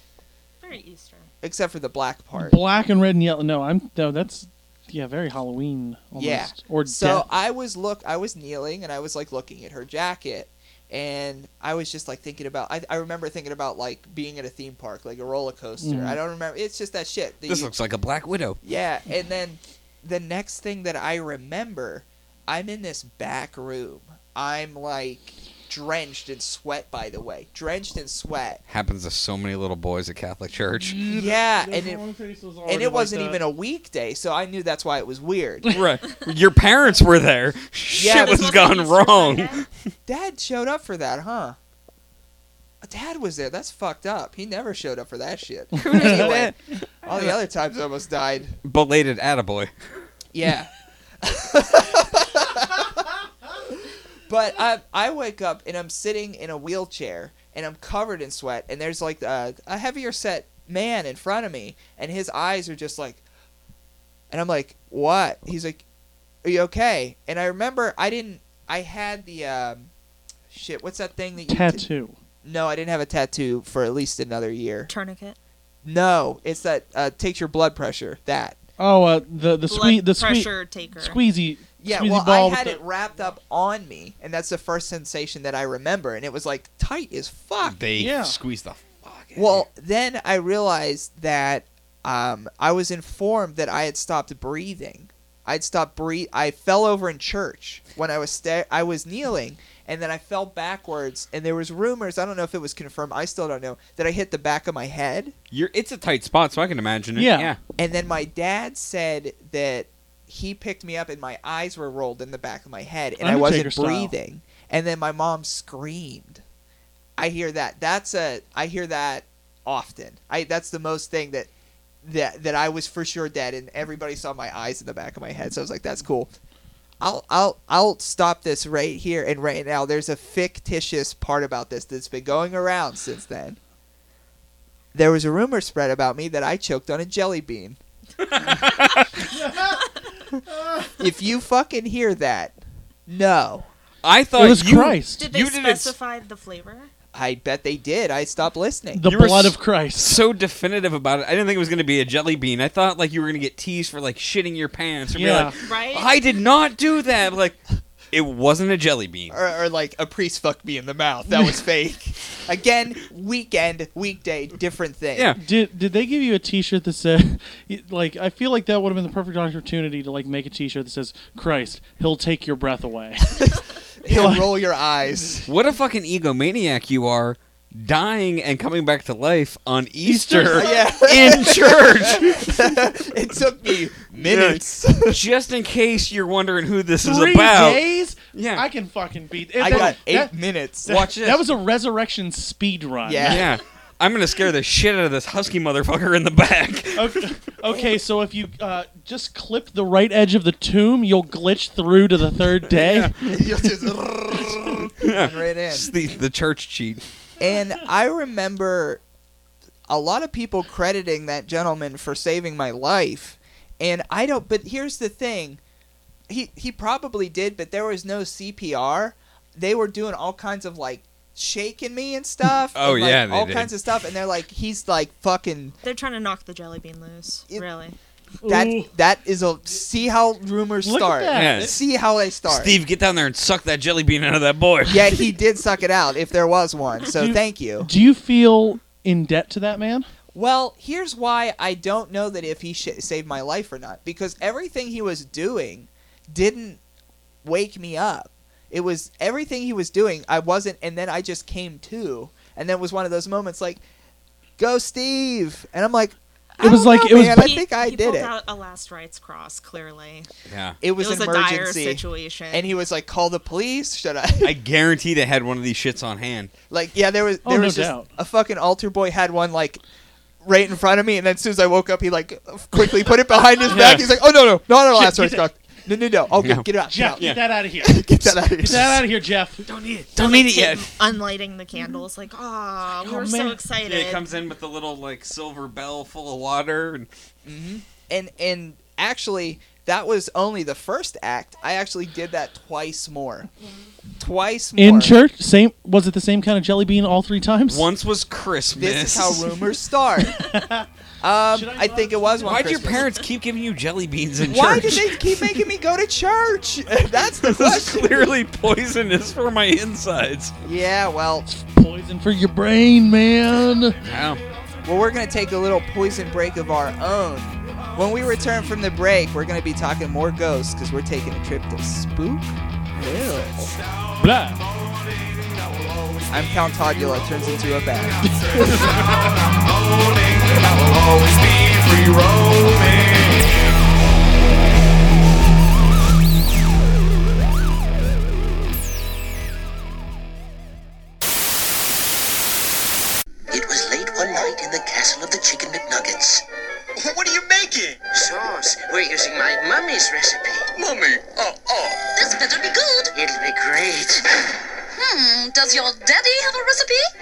Speaker 6: Very Easter.
Speaker 1: except for the black part.
Speaker 4: Black and red and yellow. No, I'm no. That's yeah, very Halloween almost.
Speaker 1: Yeah.
Speaker 4: Or
Speaker 1: so
Speaker 4: death.
Speaker 1: I was look I was kneeling and I was like looking at her jacket and I was just like thinking about I, I remember thinking about like being at a theme park like a roller coaster.
Speaker 4: Mhm.
Speaker 1: I don't remember it's just that shit. that
Speaker 5: This
Speaker 1: you-
Speaker 5: looks like a black widow.
Speaker 1: Yeah, and then the next thing that I remember, I'm in this back room. I'm like drenched in sweat by the way. Drenched in sweat.
Speaker 5: Happens to so many little boys at Catholic Church.
Speaker 1: Yeah, and it and it wasn't
Speaker 4: uh,
Speaker 1: even a weekday, so I knew that's why it was weird.
Speaker 5: right.
Speaker 1: Mm-hmm.
Speaker 5: Your parents were there. Shit
Speaker 1: this
Speaker 5: was
Speaker 6: Wasn't
Speaker 5: gone
Speaker 6: Easter
Speaker 5: wrong.
Speaker 6: Sunday?
Speaker 1: Dad showed up for that, huh? Dad was there. That's fucked up. He never showed up for that shit. Anyway, all the other times I almost died.
Speaker 5: Belated attaboy.
Speaker 1: Yeah. [LAUGHS] but I I wake up and I'm sitting in a wheelchair and I'm covered in sweat and there's like a, a heavier set man in front of me and his eyes are just like and I'm like, "What?" He's like, "Are you okay?" And I remember I didn't I had the um shit, what's that thing that you
Speaker 4: tattoo.
Speaker 1: No, I didn't have a tattoo for at least another year.
Speaker 6: Tourniquet.
Speaker 1: No, it's that uh takes your blood pressure. That
Speaker 4: Oh, uh, the the
Speaker 6: Blood
Speaker 4: squeeze the squeeze
Speaker 6: pressure taker.
Speaker 4: squeezy.
Speaker 1: Yeah,
Speaker 4: squeezy
Speaker 1: well,
Speaker 4: ball
Speaker 1: I
Speaker 4: with
Speaker 1: had
Speaker 4: the-
Speaker 1: it wrapped up on me, and that's the first sensation that I remember, and it was like tight as fuck.
Speaker 5: They
Speaker 4: Yeah.
Speaker 5: squeezed the fuck out of
Speaker 1: Well, then I realized that um, I was informed that I had stopped breathing. I'd stopped breathe. I fell over in church when I was sta- I was kneeling, and then I fell backwards. And there was rumors. I don't know if it was confirmed. I still don't know that I hit the back of my head.
Speaker 5: you. You're, it's a tight spot, so I can imagine it.
Speaker 4: Yeah.
Speaker 5: Yeah.
Speaker 1: And then my dad said that he picked me up and my eyes were rolled in the back of my head and I
Speaker 4: Undertaker
Speaker 1: wasn't
Speaker 4: style.
Speaker 1: breathing. And then my mom screamed. I hear that. That's a I hear that often. I that's the most thing that that that I was for sure dead and everybody saw my eyes in the back of my head. So I was like, that's cool. I'll I'll I'll stop this right here and right now. There's a fictitious part about this that's been going around since then. there was a rumor spread about me that I choked on a jelly bean. if you fucking hear that, no.
Speaker 5: I thought
Speaker 4: it was
Speaker 5: you,
Speaker 4: Christ.
Speaker 6: Did they
Speaker 5: You didn't s-
Speaker 6: specify the flavor?
Speaker 1: I bet they did. I stopped listening.
Speaker 4: The
Speaker 5: You were
Speaker 4: blood
Speaker 5: s-
Speaker 4: of Christ.
Speaker 5: so definitive about it. I didn't think it was going to be a jelly bean. I thought like you were going to get teased for like shitting your pants or
Speaker 4: Yeah.
Speaker 5: be
Speaker 6: Right?
Speaker 5: like, I did not do that. Like, it wasn't a jelly bean.
Speaker 1: Or, or like a priest fucked me in the mouth. That
Speaker 4: [LAUGHS]
Speaker 1: was fake. Again, weekend, weekday, different thing.
Speaker 5: Yeah.
Speaker 4: Did did they give you a T-shirt that said, [LAUGHS] like, I feel like that would have been the perfect opportunity to like make a T-shirt that says, "Christ, he'll take your breath away."
Speaker 1: [LAUGHS] He'll roll your eyes.
Speaker 4: [LAUGHS]
Speaker 5: What a fucking egomaniac you are, dying and coming back to life on Easter
Speaker 1: Yeah. [LAUGHS]
Speaker 4: [LAUGHS]
Speaker 5: in church.
Speaker 1: it took me minutes.
Speaker 5: Just in case you're wondering who this is
Speaker 4: Three
Speaker 5: about.
Speaker 4: days?
Speaker 5: Yeah.
Speaker 4: I can fucking beat.
Speaker 1: I got eight [LAUGHS]
Speaker 4: that,
Speaker 1: minutes.
Speaker 5: Watch this.
Speaker 4: That was a resurrection speed run.
Speaker 1: Yeah.
Speaker 5: yeah. I'm gonna scare the shit out of this husky motherfucker in
Speaker 4: [LAUGHS]
Speaker 5: the back.
Speaker 4: [LAUGHS] Okay, okay, so if you uh, just clip the right edge of the tomb, you'll glitch through to
Speaker 1: [LAUGHS]
Speaker 4: the third day.
Speaker 1: You'll just [LAUGHS] right in.
Speaker 5: It's the, the church cheat.
Speaker 1: And I remember a lot of people crediting that gentleman for saving my life. And I don't but here's the thing. He he probably did, but there was no CPR. They were doing all kinds of like shaking me and stuff.
Speaker 5: [LAUGHS] Oh,
Speaker 1: and, like,
Speaker 5: yeah, they
Speaker 1: all
Speaker 5: did.
Speaker 1: kinds of stuff and they're like he's like fucking
Speaker 6: They're trying to knock the jelly bean loose.
Speaker 1: It-
Speaker 6: really?
Speaker 1: that
Speaker 4: Ooh.
Speaker 1: that is a see how rumors
Speaker 4: Look at
Speaker 1: start.
Speaker 4: that.
Speaker 5: Yeah.
Speaker 1: See how they start.
Speaker 5: Steve, get down there and suck that jelly bean out of that boy.
Speaker 1: Yeah, he did suck it out if there was one. So
Speaker 4: You-
Speaker 1: thank you.
Speaker 4: Do you feel in debt to that man?
Speaker 1: Well, here's why I don't know that if he sh- saved my life or not because everything he was doing didn't wake me up. It was everything he was doing. I wasn't, and then I just came to, and then was one of those moments like, "Go, Steve," and I'm like, I
Speaker 4: It was
Speaker 1: don't
Speaker 4: like-
Speaker 1: know,
Speaker 4: it was
Speaker 1: man,
Speaker 4: ba-
Speaker 1: I
Speaker 6: He-
Speaker 1: think I
Speaker 6: he
Speaker 1: did
Speaker 6: pulled
Speaker 1: it.
Speaker 6: out a last rites cross. Clearly,
Speaker 5: Yeah.
Speaker 1: It
Speaker 6: it
Speaker 1: was,
Speaker 6: was
Speaker 1: an
Speaker 6: a dire
Speaker 1: emergency,
Speaker 6: situation.
Speaker 1: and he was like, "Call the police." Should I?
Speaker 5: I guarantee they had one of these shits on hand.
Speaker 1: Like, yeah, there was
Speaker 4: Oh,
Speaker 1: there
Speaker 4: no
Speaker 1: was just
Speaker 4: doubt.
Speaker 1: a fucking altar boy had one like right in front of me, and then as soon as I woke up, he like quickly put it behind his
Speaker 4: [LAUGHS]
Speaker 1: back. He's like, oh no no no no, no last
Speaker 4: Shit,
Speaker 1: rice
Speaker 4: get
Speaker 1: crock. No no no. Okay,
Speaker 5: No.
Speaker 1: get it out. Get,
Speaker 4: Jeff,
Speaker 1: out.
Speaker 4: get that out of here.
Speaker 1: [LAUGHS] get that out of here.
Speaker 4: Get that out of here, Jeff.
Speaker 5: Don't need it. Don't need it yet.
Speaker 6: Tim unlighting the candles, like, ah, we
Speaker 4: Oh,
Speaker 6: we're
Speaker 4: man."
Speaker 6: so
Speaker 5: Yeah,
Speaker 6: excited.
Speaker 5: it comes in with the little like silver bell full of water. And
Speaker 1: And and actually, that was only the first act. I actually did that twice more. Twice more.
Speaker 4: In church, same was it the same kind of jelly bean all three times?
Speaker 5: once was Christmas.
Speaker 1: This is how
Speaker 5: [LAUGHS]
Speaker 1: rumors start. um,
Speaker 4: Should I
Speaker 1: I think it was one.
Speaker 5: Why'd your
Speaker 1: Christmas.
Speaker 5: parents keep giving you jelly beans in
Speaker 1: Why did
Speaker 5: church? [LAUGHS]
Speaker 1: they keep making me go to church? [LAUGHS] That's the
Speaker 5: this is
Speaker 1: question.
Speaker 5: clearly poisonous for my insides.
Speaker 1: Yeah, well,
Speaker 4: Poison for your brain, man.
Speaker 5: Wow.
Speaker 1: Well, we're going to take a little poison break of our own. When we return from the break, we're going to be talking more ghosts because we're taking a trip to Spook Hill.
Speaker 4: Blah.
Speaker 1: I'm Count Todula, turns into a bat.
Speaker 3: moaning, I will always be free roaming.
Speaker 7: It was late one night in the castle of the Chicken McNuggets. [LAUGHS] What are you making? Sauce. We're using my mummy's recipe. Mummy? Uh uh.
Speaker 8: This better be good.
Speaker 7: It'll be [LAUGHS] great.
Speaker 8: Hmm, does your daddy have a recipe?
Speaker 7: [LAUGHS]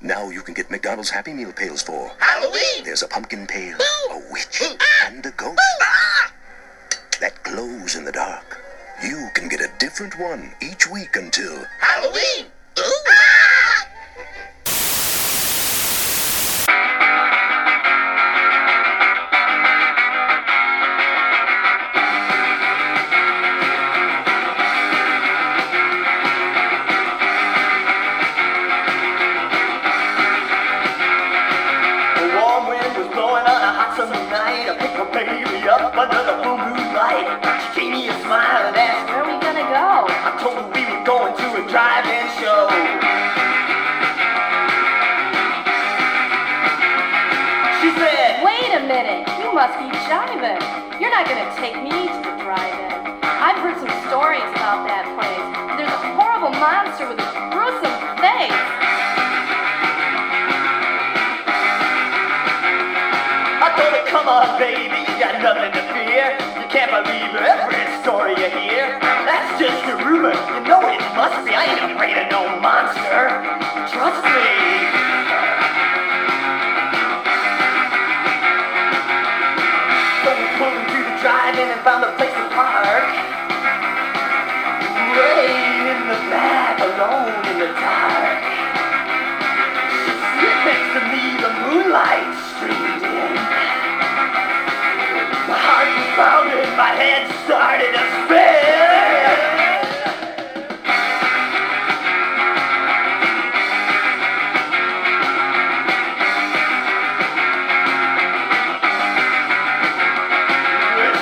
Speaker 9: Now you can get McDonald's Happy Meal pails for.
Speaker 7: Halloween!
Speaker 9: There's a pumpkin pail,
Speaker 8: Boo!
Speaker 9: a witch,
Speaker 8: Boo!
Speaker 9: and a ghost
Speaker 7: Ah!
Speaker 9: that glows in the dark. You can get a different one each week until
Speaker 7: Halloween! Ah!
Speaker 10: The warm wind was blowing on a hot summer night. I picked her baby up under the blue moonlight. She gave me a smile and asked, Where are we gonna go? I told her we were going to a drive-in show. She said,
Speaker 11: Wait a minute, you must be jiving. You're not gonna take me to the drive-in. I've heard some stories about that place. There's a horrible monster with a gruesome face.
Speaker 10: I told her, come on, baby, you got nothing to fear. You can't believe every story you hear. That's just a rumor. You know it must be. I ain't afraid of no monster. Trust me. driving and found a place to park. Way in the back, alone in the dark. Sit next to me, the moonlight streamed in. My heart was pounding, my head started to spin.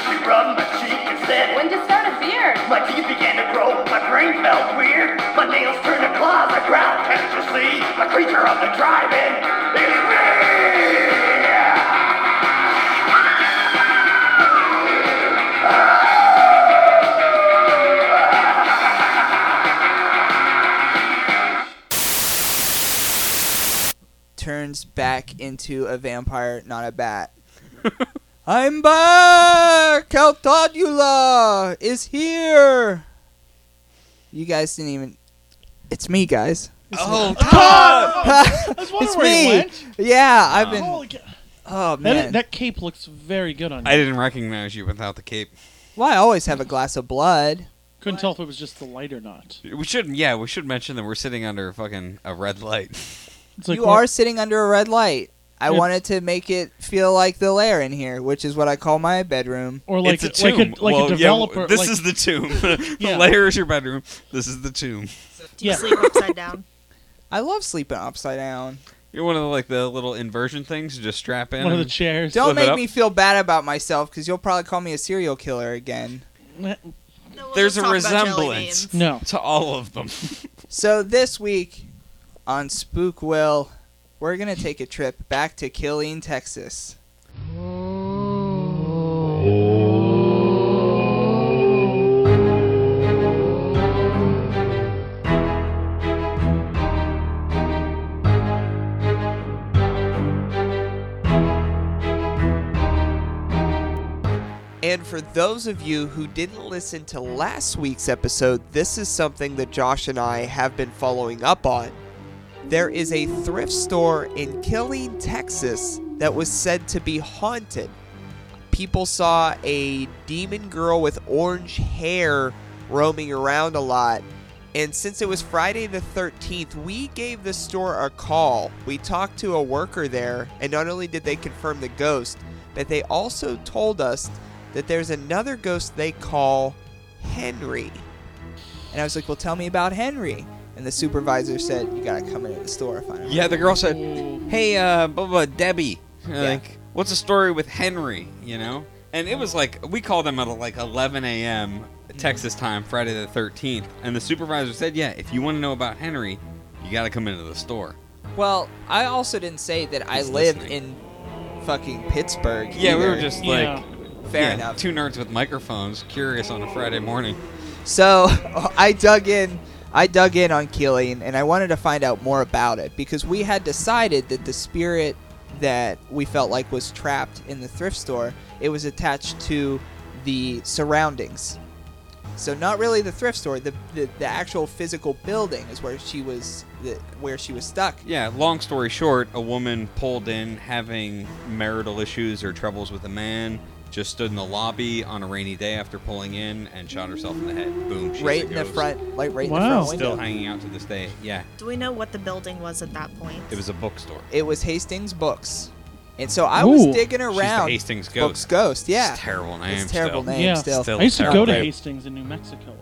Speaker 10: She rubbed my cheek and said,
Speaker 11: When did you start a beard?
Speaker 10: My teeth began to grow, my brain felt weird. My nails turned to claws, I growled, can't you see? The creature of the drive-in is me!
Speaker 1: turns back into a vampire, not a bat. I'm back! Count Todula is here! You guys didn't even. It's me, guys. It's
Speaker 5: Oh,
Speaker 1: me.
Speaker 4: Todd! I was wondering
Speaker 1: it's
Speaker 4: where
Speaker 1: me.
Speaker 4: you went.
Speaker 1: [LAUGHS] Yeah, I've been.
Speaker 4: Holy cow.
Speaker 1: Oh
Speaker 4: That,
Speaker 1: man!
Speaker 4: is, that cape looks very good on you.
Speaker 5: I didn't recognize you without the cape.
Speaker 1: Well, I always have a glass of blood.
Speaker 4: Couldn't tell if it was just the light or not.
Speaker 5: We should, yeah, we should mention that we're sitting under fucking a red light.
Speaker 4: It's like
Speaker 1: you
Speaker 4: one-
Speaker 1: are sitting under a red light. I
Speaker 4: It's-
Speaker 1: wanted to make it feel like the lair in here, which is what I call my bedroom.
Speaker 4: or like
Speaker 5: it's a
Speaker 4: like
Speaker 5: tomb.
Speaker 4: a, like
Speaker 5: well,
Speaker 4: a developer.
Speaker 5: Yeah, this
Speaker 4: like,
Speaker 5: is the tomb. [LAUGHS] the
Speaker 4: Yeah.
Speaker 5: layer is your bedroom. This is the tomb.
Speaker 6: Do you
Speaker 4: Yeah.
Speaker 6: sleep upside down?
Speaker 1: I love sleeping upside down.
Speaker 5: You're one of the, like the little inversion things. You just strap in.
Speaker 4: one of the
Speaker 5: and-
Speaker 4: chairs.
Speaker 1: Don't
Speaker 5: Flip it
Speaker 1: make
Speaker 5: up.
Speaker 1: me feel bad about myself because you'll probably call me a serial killer again.
Speaker 6: No, we'll
Speaker 5: There's
Speaker 6: just
Speaker 5: a
Speaker 6: talk about jelly
Speaker 5: resemblance.
Speaker 6: beans.
Speaker 4: No.
Speaker 5: [LAUGHS] to all of them.
Speaker 1: So this week on Spook Will, we're gonna take a trip back to Killeen, Texas. And for those of you who didn't listen to last week's episode, this is something that Josh and I have been following up on. There is a thrift store in Killeen, Texas that was said to be haunted. People saw a demon girl with orange hair roaming around a lot. And since it was Friday the 13th, we gave the store a call. We talked to a worker there, and not only did they confirm the ghost, but they also told us that there's another ghost they call Henry. And I was like, Well, tell me about Henry. And the supervisor said, You gotta come into the store and find him.
Speaker 5: yeah, the girl said,
Speaker 4: Ooh.
Speaker 5: "Hey, uh, blah blah, Debbie. And
Speaker 1: Yeah.
Speaker 5: Like, what's the story with Henry? You know?" And it was like we called them at like 11 a.m. Texas time, Friday the 13th, and the supervisor said, "Yeah, if you want to know about Henry, you got to come into the store."
Speaker 1: Well, I also didn't say that I
Speaker 5: He's
Speaker 1: lived
Speaker 5: listening.
Speaker 1: in fucking Pittsburgh.
Speaker 5: Yeah, we were
Speaker 1: either.
Speaker 5: just like.
Speaker 4: Yeah.
Speaker 1: Fair
Speaker 5: yeah,
Speaker 1: enough.
Speaker 5: Two nerds with microphones, curious on a Friday morning.
Speaker 1: So [LAUGHS] I dug in. I dug in on Keeling, and I wanted to find out more about it because we had decided that the spirit that we felt like was trapped in the thrift store it was attached to the surroundings. So not really the thrift store. The the, the actual physical building is where she was the, where she was stuck.
Speaker 5: Yeah, long story short, a woman pulled in having marital issues or troubles with a man, just stood in the lobby on a rainy day after pulling in and shot herself in the head. Boom, she's
Speaker 1: right
Speaker 5: a
Speaker 1: in the
Speaker 5: ghost.
Speaker 1: front, like right in
Speaker 4: Wow.
Speaker 1: the front
Speaker 5: Still
Speaker 1: window.
Speaker 5: hanging out to this day. Yeah,
Speaker 6: Do we know what the building was at that point?
Speaker 5: it was a bookstore.
Speaker 1: It was Hastings Books, and so I was
Speaker 4: Ooh.
Speaker 1: digging
Speaker 5: She's the
Speaker 1: around
Speaker 5: Hastings
Speaker 1: Books
Speaker 5: Ghost.
Speaker 1: Ghost. Yeah,
Speaker 5: It's a terrible name.
Speaker 1: It's a terrible
Speaker 5: still.
Speaker 1: name
Speaker 4: Yeah.
Speaker 1: still.
Speaker 5: Still
Speaker 4: I used to go to
Speaker 5: terrible.
Speaker 4: Hastings in New Mexico a lot.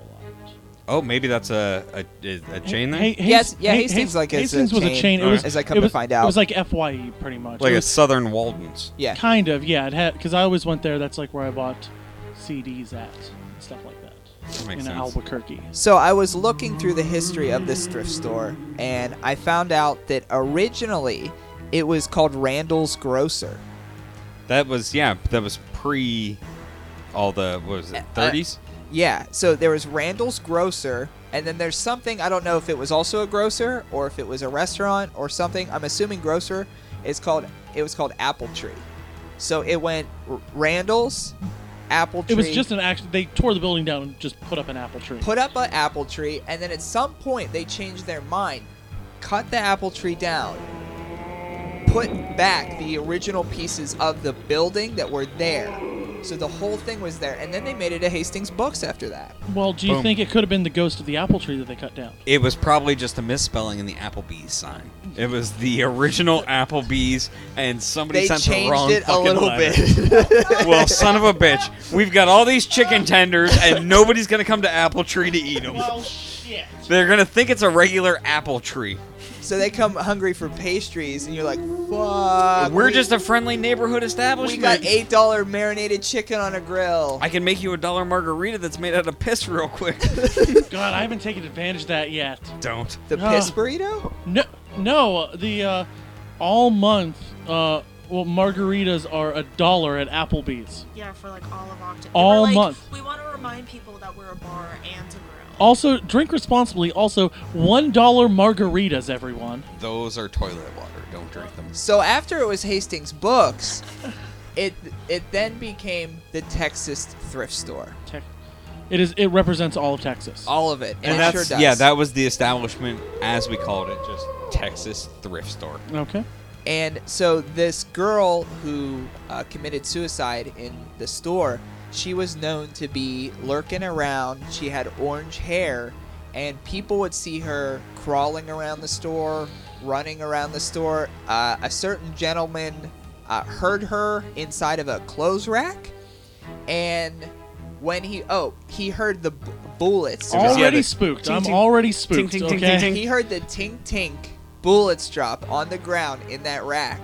Speaker 5: Oh, maybe that's a a, a, a chain there.
Speaker 4: Hey, hey,
Speaker 1: Yes, yeah,
Speaker 4: hey,
Speaker 1: Hastings,
Speaker 4: Hast-
Speaker 1: like, is a
Speaker 4: Hastings was a
Speaker 1: chain,
Speaker 4: chain. It
Speaker 5: Alright.
Speaker 4: was,
Speaker 1: as I come
Speaker 4: it
Speaker 1: to
Speaker 4: was-
Speaker 1: find out.
Speaker 4: It was like FYE pretty much.
Speaker 5: like
Speaker 4: It
Speaker 5: a
Speaker 4: was
Speaker 5: Southern Walden's.
Speaker 1: yeah.
Speaker 4: kind of yeah. It had because I always went there. That's like where I bought CDs at and stuff like that.
Speaker 5: That makes
Speaker 4: in
Speaker 5: sense.
Speaker 4: Albuquerque.
Speaker 1: So I was looking through the history of this thrift store, and I found out that originally it was called Randall's Grocer.
Speaker 5: That was yeah. That was pre all the what was it
Speaker 1: Uh,
Speaker 5: 30s.
Speaker 1: Yeah, so there was Randall's Grocer, and then there's something I don't know if it was also a grocer or if it was a restaurant or something. I'm assuming grocer is called it was called Apple Tree. So it went R- Randall's, Apple Tree.
Speaker 4: It was just an action. They tore the building down and just put up an apple tree.
Speaker 1: put up an apple tree, and then at some point they changed their mind, cut the apple tree down, put back the original pieces of the building that were there, So the whole thing was there, and then they made it a Hastings Books after that.
Speaker 4: Well, do you
Speaker 5: Boom.
Speaker 4: think it could have been the ghost of the apple tree that they cut down?
Speaker 5: It was probably just a misspelling in the Applebee's sign. It was the original Applebee's, and somebody
Speaker 1: They
Speaker 5: sent the
Speaker 1: changed
Speaker 5: wrong
Speaker 1: it a
Speaker 5: fucking
Speaker 1: little
Speaker 5: [LAUGHS] letter. well, son of a bitch, we've got all these chicken tenders, and nobody's gonna come to Apple Tree to eat them.
Speaker 4: Oh, shit.
Speaker 5: They're gonna think it's a regular apple tree.
Speaker 1: [LAUGHS] So they come hungry for pastries, and you're like, "Fuck."
Speaker 5: We're
Speaker 1: we-
Speaker 5: just a friendly neighborhood
Speaker 1: We
Speaker 5: establishment.
Speaker 1: got eight dollar marinated chicken on a grill.
Speaker 5: I can make you a dollar margarita that's made out of piss
Speaker 1: [LAUGHS]
Speaker 5: real quick. [LAUGHS]
Speaker 4: God, I haven't taken advantage of that yet.
Speaker 5: Don't.
Speaker 1: The
Speaker 4: Ah.
Speaker 1: piss burrito?
Speaker 4: No, no. The uh, all month, uh, well, margaritas are a dollar at Applebee's.
Speaker 6: Yeah, for like all of October.
Speaker 4: All
Speaker 6: we're like,
Speaker 4: month.
Speaker 6: We want to remind people that we're a bar and a grill.
Speaker 4: Also, drink responsibly. Also, one dollar margaritas, everyone.
Speaker 5: Those are toilet water. Don't drink them.
Speaker 1: So after it was Hastings Books, it it then became the Texas thrift store.
Speaker 4: It is. It represents all of Texas.
Speaker 1: All of it.
Speaker 5: And
Speaker 1: it
Speaker 5: that's
Speaker 1: sure does.
Speaker 5: yeah, that was the establishment as we called it, just Texas thrift store.
Speaker 4: Okay.
Speaker 1: And so this girl who uh, committed suicide in the store, she was known to be lurking around. She had orange hair, and people would see her crawling around the store, running around the store. Uh, a certain gentleman uh, heard her inside of a clothes rack, and when he oh he heard the b- bullets
Speaker 4: Already spooked. I'm already spooked. okay.
Speaker 1: he heard the tink tink bullets drop on the ground in that rack.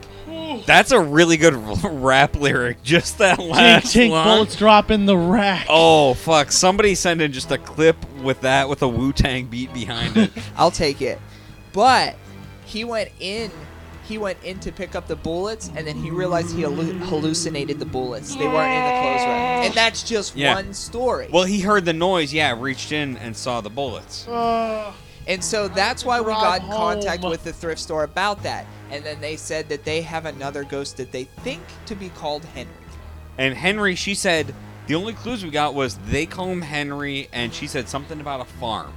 Speaker 5: That's a really good [LAUGHS] r- rap lyric. Just that
Speaker 4: Tink,
Speaker 5: last
Speaker 4: tink,
Speaker 5: line.
Speaker 4: bullets drop in the rack.
Speaker 5: Oh fuck! Somebody send in just a clip with that with a Wu Tang beat
Speaker 1: [LAUGHS]
Speaker 5: behind it.
Speaker 1: I'll take it. But he went in. He went in to pick up the bullets, and then he realized he hallu- hallucinated the bullets. They weren't in the clothes rack, and that's just
Speaker 5: Yeah.
Speaker 1: one story.
Speaker 5: well, he heard the noise. Yeah, reached in and saw the bullets.
Speaker 1: and so that's why we got in
Speaker 4: drive
Speaker 1: contact
Speaker 4: home.
Speaker 1: with the thrift store about that. And then they said that they have another ghost that they think to be called Henry.
Speaker 5: And Henry, she said, the only clues we got was they call him Henry, and she said something about a farm.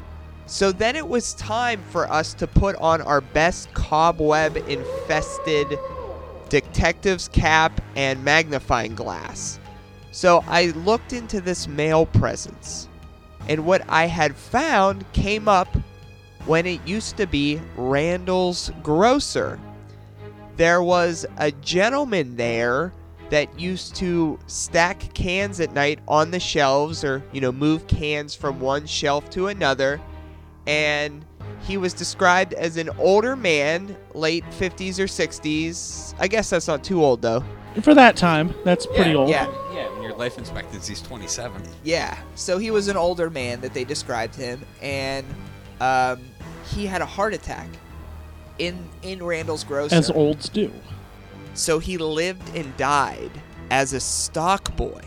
Speaker 1: So then it was time for us to put on our best cobweb infested detective's cap and magnifying glass. So I looked into this male presence, and what I had found came up when it used to be Randall's grocer. There was a gentleman there that used to stack cans at night on the shelves or, you know, move cans from one shelf to another and he was described as an older man, late 50s or 60s. I guess that's not too old though.
Speaker 4: For that time, that's pretty old.
Speaker 1: Yeah.
Speaker 5: Yeah, when your life expectancy is 27.
Speaker 1: Yeah. So he was an older man that they described him, and um, he had a heart attack in in Randall's grocery.
Speaker 4: As olds do.
Speaker 1: So he lived and died as a stock boy.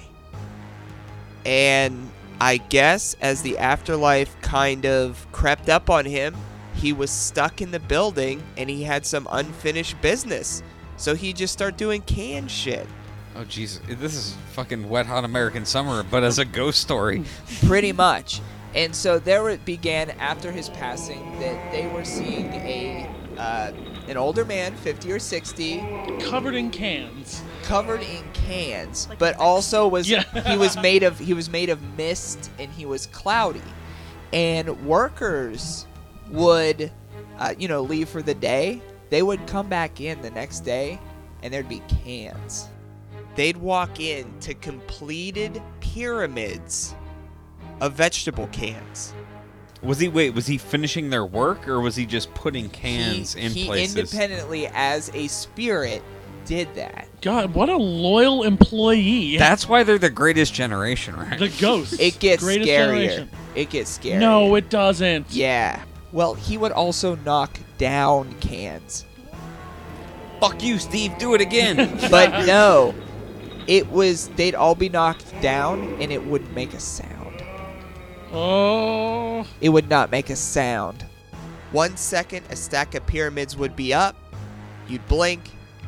Speaker 1: And I guess as the afterlife kind of crept up on him, he was stuck in the building and he had some unfinished business. So he just started doing canned shit.
Speaker 5: Oh Jesus! This is fucking wet hot American summer, but as a ghost
Speaker 1: [LAUGHS]
Speaker 5: story.
Speaker 1: pretty much. And so there it began after his passing that they were seeing a uh, an older man, 50 or 60,
Speaker 4: Covered in cans.
Speaker 1: covered in cans, but also was
Speaker 4: Yeah.
Speaker 1: he was made of he was made of mist and he was cloudy. And workers would uh, you know leave for the day. They would come back in the next day and there'd be cans. They'd walk in to completed pyramids of vegetable cans.
Speaker 5: Was he wait? Was he finishing their work, or was he just putting cans
Speaker 1: he,
Speaker 5: in
Speaker 1: he
Speaker 5: places?
Speaker 1: independently as a spirit did that.
Speaker 4: God, what a loyal employee.
Speaker 5: That's why they're the greatest generation, right?
Speaker 4: the ghost.
Speaker 1: It gets
Speaker 4: Greatest
Speaker 1: scarier.
Speaker 4: generation.
Speaker 1: It gets scarier.
Speaker 4: No, it doesn't.
Speaker 1: Yeah. Well, he would also knock down cans.
Speaker 5: Fuck you, Steve. Do it again.
Speaker 1: But no, it was, they'd all be knocked down and it wouldn't make a sound.
Speaker 4: Oh.
Speaker 1: It would not make a sound. One second, a stack of pyramids would be up, you'd blink,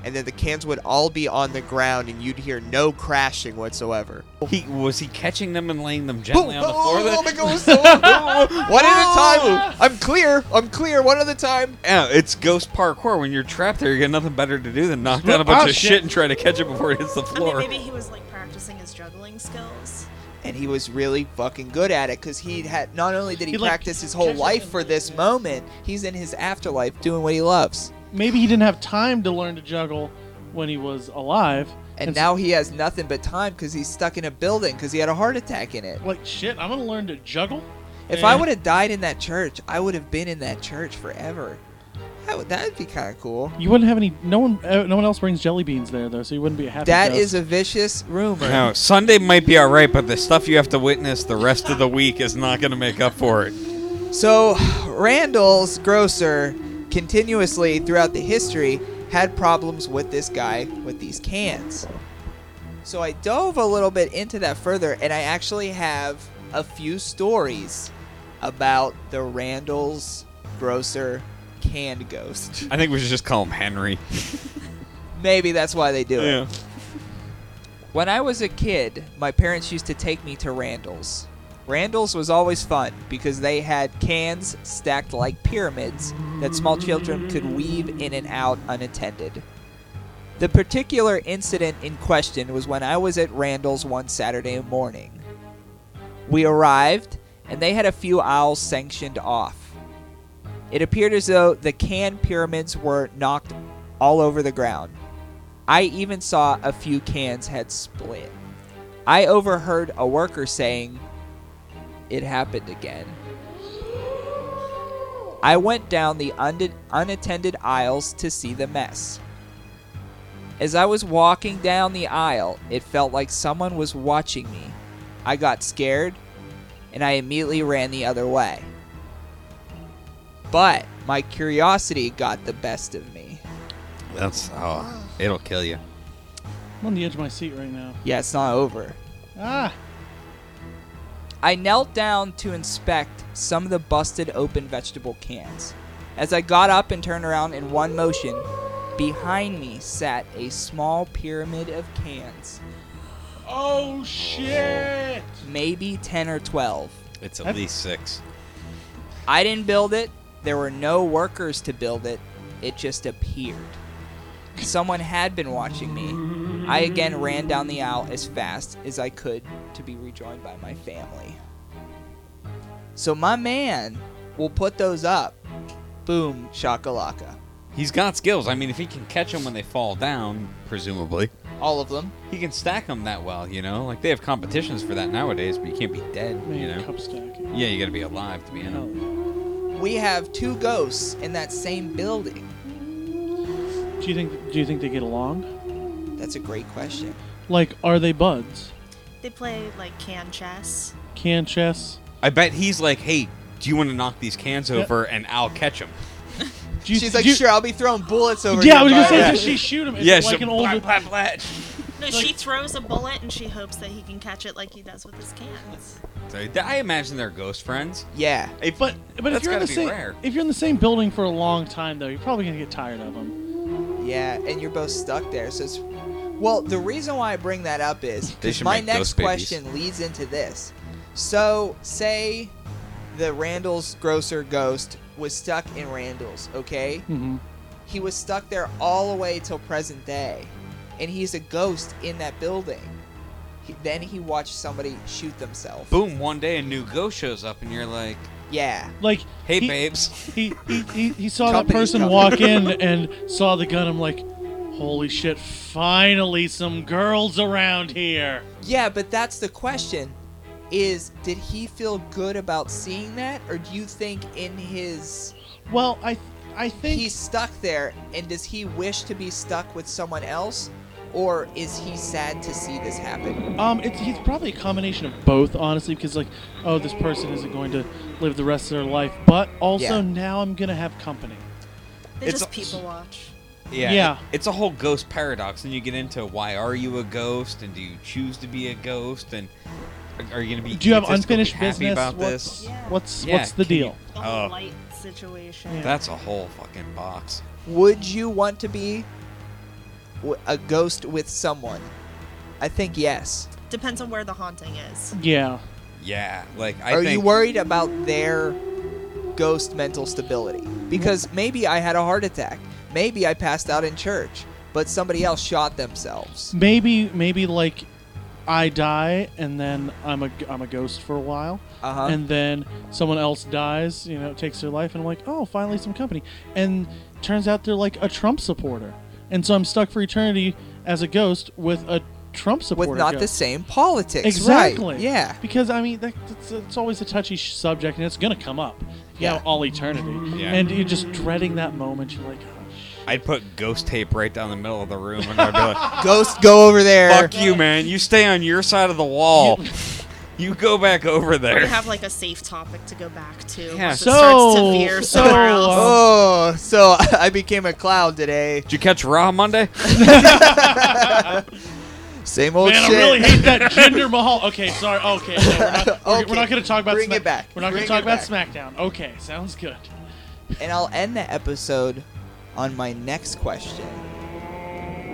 Speaker 1: and then the cans would all be on the ground and you'd hear no crashing whatsoever.
Speaker 5: [LAUGHS] he was he catching them and laying them gently on the
Speaker 1: Oh,
Speaker 5: floor.
Speaker 1: oh,
Speaker 5: then?
Speaker 1: oh my gosh,
Speaker 5: [LAUGHS]
Speaker 1: oh, oh, oh. One at a time. I'm clear. I'm clear. One at a time.
Speaker 5: Yeah, it's ghost parkour. When you're trapped there, you got nothing better to do than knock down a bunch
Speaker 4: Oh,
Speaker 5: of shit.
Speaker 4: shit.
Speaker 5: and try to catch it before it hits the
Speaker 6: I mean,
Speaker 5: floor.
Speaker 6: maybe he was like practicing his his juggling skills.
Speaker 1: and he was really fucking good at it because he had not only did he,
Speaker 6: He, like,
Speaker 1: practice his whole
Speaker 6: catches
Speaker 1: life
Speaker 6: them,
Speaker 1: for this moment, he's in his afterlife doing what he loves.
Speaker 4: Maybe he didn't have time to learn to juggle when he was alive.
Speaker 1: And,
Speaker 4: And so-
Speaker 1: now he has nothing but time because he's stuck in a building because he had a heart attack in it.
Speaker 4: Like shit, I'm gonna learn to juggle.
Speaker 1: If I would have died in that church, I would have been in that church forever. That would that'd be kind of cool.
Speaker 4: You wouldn't have any. No one. uh, No one else brings jelly beans there though, so you wouldn't be a happy.
Speaker 1: That
Speaker 4: ghost.
Speaker 1: is a vicious rumor.
Speaker 5: No, Sunday might be all right, but the stuff you have to witness the rest of the week is not going to make up for it.
Speaker 1: So, Randall's grocer continuously throughout the history had problems with this guy with these cans. So, I dove a little bit into that further, and I actually have a few stories about the Randall's grocer canned ghost. [LAUGHS]
Speaker 5: I think we should just call him Henry.
Speaker 1: Maybe that's why they do it.
Speaker 5: Yeah.
Speaker 1: When I was a kid, my parents used to take me to Randall's. Randall's was always fun because they had cans stacked like pyramids that small children could weave in and out unattended. The particular incident in question was when I was at Randall's one Saturday morning. We arrived, and they had a few aisles sanctioned off. It appeared as though the can pyramids were knocked all over the ground. I even saw a few cans had split. I overheard a worker saying, It happened again. I went down the unde- unattended aisles to see the mess. As I was walking down the aisle, it felt like someone was watching me. I got scared and I immediately ran the other way. But my curiosity got the best of me.
Speaker 5: That's oh, it'll kill you.
Speaker 4: I'm on the edge of my seat right now.
Speaker 1: Yeah, it's not over.
Speaker 4: Ah.
Speaker 1: I knelt down to inspect some of the busted open vegetable cans. As I got up and turned around in one motion, behind me sat a small pyramid of cans,
Speaker 4: Oh shit!
Speaker 1: maybe 10 or 12.
Speaker 5: It's
Speaker 1: That-
Speaker 5: at least six.
Speaker 1: I didn't build it. There were no workers to build it. It just appeared. Someone had been watching me. I again ran down the aisle as fast as I could to be rejoined by my family. So my man will put those up. Boom, shakalaka.
Speaker 5: He's got skills. I mean, if he can catch them when they fall down, presumably,
Speaker 1: All of them.
Speaker 5: he can stack them that well. You know, like they have competitions for that nowadays, but you can't be dead. you know,
Speaker 4: cup stacking.
Speaker 5: Yeah, you got to be alive to be in them.
Speaker 1: We have two ghosts in that same building.
Speaker 4: Do you think? Do you think they get along?
Speaker 1: That's a great question.
Speaker 4: Like, are they buds?
Speaker 6: They play like can chess.
Speaker 4: Can chess?
Speaker 5: I bet he's like, hey, do you want to knock these cans
Speaker 4: Yeah.
Speaker 5: over and I'll catch them?
Speaker 4: Do you,
Speaker 1: She's like,
Speaker 4: do you-
Speaker 1: sure, I'll be throwing bullets over
Speaker 4: Yeah,
Speaker 1: your
Speaker 4: I was gonna say,
Speaker 1: butt."
Speaker 4: does she shoot him? Is
Speaker 5: Yeah,
Speaker 4: it like
Speaker 5: she'll
Speaker 4: an old.
Speaker 5: [LAUGHS]
Speaker 6: No, she throws a bullet and she hopes that he can catch it like he does with his cans.
Speaker 5: So, I imagine they're ghost friends.
Speaker 1: Yeah.
Speaker 5: If,
Speaker 4: but But if
Speaker 5: that's
Speaker 4: you're in
Speaker 5: gotta
Speaker 4: the
Speaker 5: be
Speaker 4: same,
Speaker 5: rare.
Speaker 4: if you're in the same building for a long time, though, you're probably gonna get tired of them.
Speaker 1: Yeah, and you're both stuck there. So it's well, the reason why I bring that up is
Speaker 5: They
Speaker 1: because
Speaker 5: should
Speaker 1: my
Speaker 5: make
Speaker 1: next
Speaker 5: ghost babies.
Speaker 1: question leads into this. So say the Randall's grocer ghost was stuck in Randall's, okay?
Speaker 4: Mm-hmm.
Speaker 1: He was stuck there all the way till present day, and he's a ghost in that building. He, then he watched somebody shoot themselves.
Speaker 5: Boom, one day a new ghost shows up and you're like,
Speaker 1: Yeah.
Speaker 4: Like,
Speaker 5: hey,
Speaker 4: he,
Speaker 5: babes.
Speaker 4: he, he, he, he saw that
Speaker 1: Company's
Speaker 4: person
Speaker 1: coming.
Speaker 4: walk in and saw the gun. I'm like, holy shit! Finally, some girls around here.
Speaker 1: Yeah, but that's the question. Is did he feel good about seeing that, or do you think in his
Speaker 4: Well, I, I think
Speaker 1: he's stuck there and does he wish to be stuck with someone else or is he sad to see this happen
Speaker 4: Um, it's he's probably a combination of both, honestly, because like, oh, this person isn't going to live the rest of their life, but also
Speaker 1: Yeah.
Speaker 4: now I'm gonna have company.
Speaker 6: They
Speaker 5: It's
Speaker 6: just
Speaker 5: a-
Speaker 6: people watch.
Speaker 5: Yeah.
Speaker 4: Yeah.
Speaker 5: it- it's a whole ghost paradox. And you get into why are you a ghost and do you choose to be a ghost and are you going to be
Speaker 4: Do you have
Speaker 5: egotistical,
Speaker 4: unfinished
Speaker 5: be happy
Speaker 4: business?
Speaker 5: about
Speaker 4: what's
Speaker 5: this?
Speaker 4: what's
Speaker 5: Yeah,
Speaker 4: what's the
Speaker 5: can you-
Speaker 4: deal?
Speaker 6: The whole
Speaker 5: Oh.
Speaker 6: light situation.
Speaker 5: That's a whole fucking box.
Speaker 1: would you want to be w- a ghost with someone i think yes
Speaker 6: Depends on where the haunting is.
Speaker 4: Yeah,
Speaker 5: Yeah, like I
Speaker 1: are
Speaker 5: think
Speaker 1: you worried about their ghost mental stability because maybe i had a heart attack maybe i passed out in church but somebody else shot themselves
Speaker 4: maybe maybe like I die, and then I'm a I'm a ghost for a while,
Speaker 1: Uh-huh.
Speaker 4: and then someone else dies. You know, takes their life, and I'm like, oh, finally some company. And turns out they're like a Trump supporter, and so I'm stuck for eternity as a ghost with a Trump supporter.
Speaker 1: not the
Speaker 4: ghost.
Speaker 1: same politics, right,
Speaker 4: Exactly.
Speaker 1: yeah.
Speaker 4: Because I mean, that, that's, it's always a touchy sh- subject, and it's gonna come up. You
Speaker 1: Yeah.
Speaker 4: know, all eternity,
Speaker 5: Yeah.
Speaker 4: and you're just dreading that moment. You're like, "Oh,
Speaker 5: I'd put ghost tape right down the middle of the room and I'd be [LAUGHS] like,
Speaker 1: Ghost, go over there.
Speaker 5: "Fuck you, man! You stay on your side of the wall. [LAUGHS] you go back over
Speaker 6: We
Speaker 5: there."
Speaker 6: have like a safe topic to go back to.
Speaker 5: Yeah.
Speaker 6: once it starts to
Speaker 5: So-
Speaker 6: veer
Speaker 5: so, [LAUGHS]
Speaker 6: somewhere else.
Speaker 4: Um,
Speaker 1: Oh, so [LAUGHS] I became a clown today. Did
Speaker 5: you catch Raw Monday? [LAUGHS]
Speaker 1: Same old shit.
Speaker 4: Man, I really
Speaker 1: [LAUGHS]
Speaker 4: hate that Jinder Mahal. Okay, sorry. Okay, no, we're not, we're,
Speaker 1: Okay,
Speaker 4: we're not going to talk about.
Speaker 1: bring it
Speaker 4: Smack-
Speaker 1: back.
Speaker 4: We're not going
Speaker 1: Bring
Speaker 4: to talk
Speaker 1: it
Speaker 4: about SmackDown. Okay, sounds good.
Speaker 1: And I'll end the episode on my next question.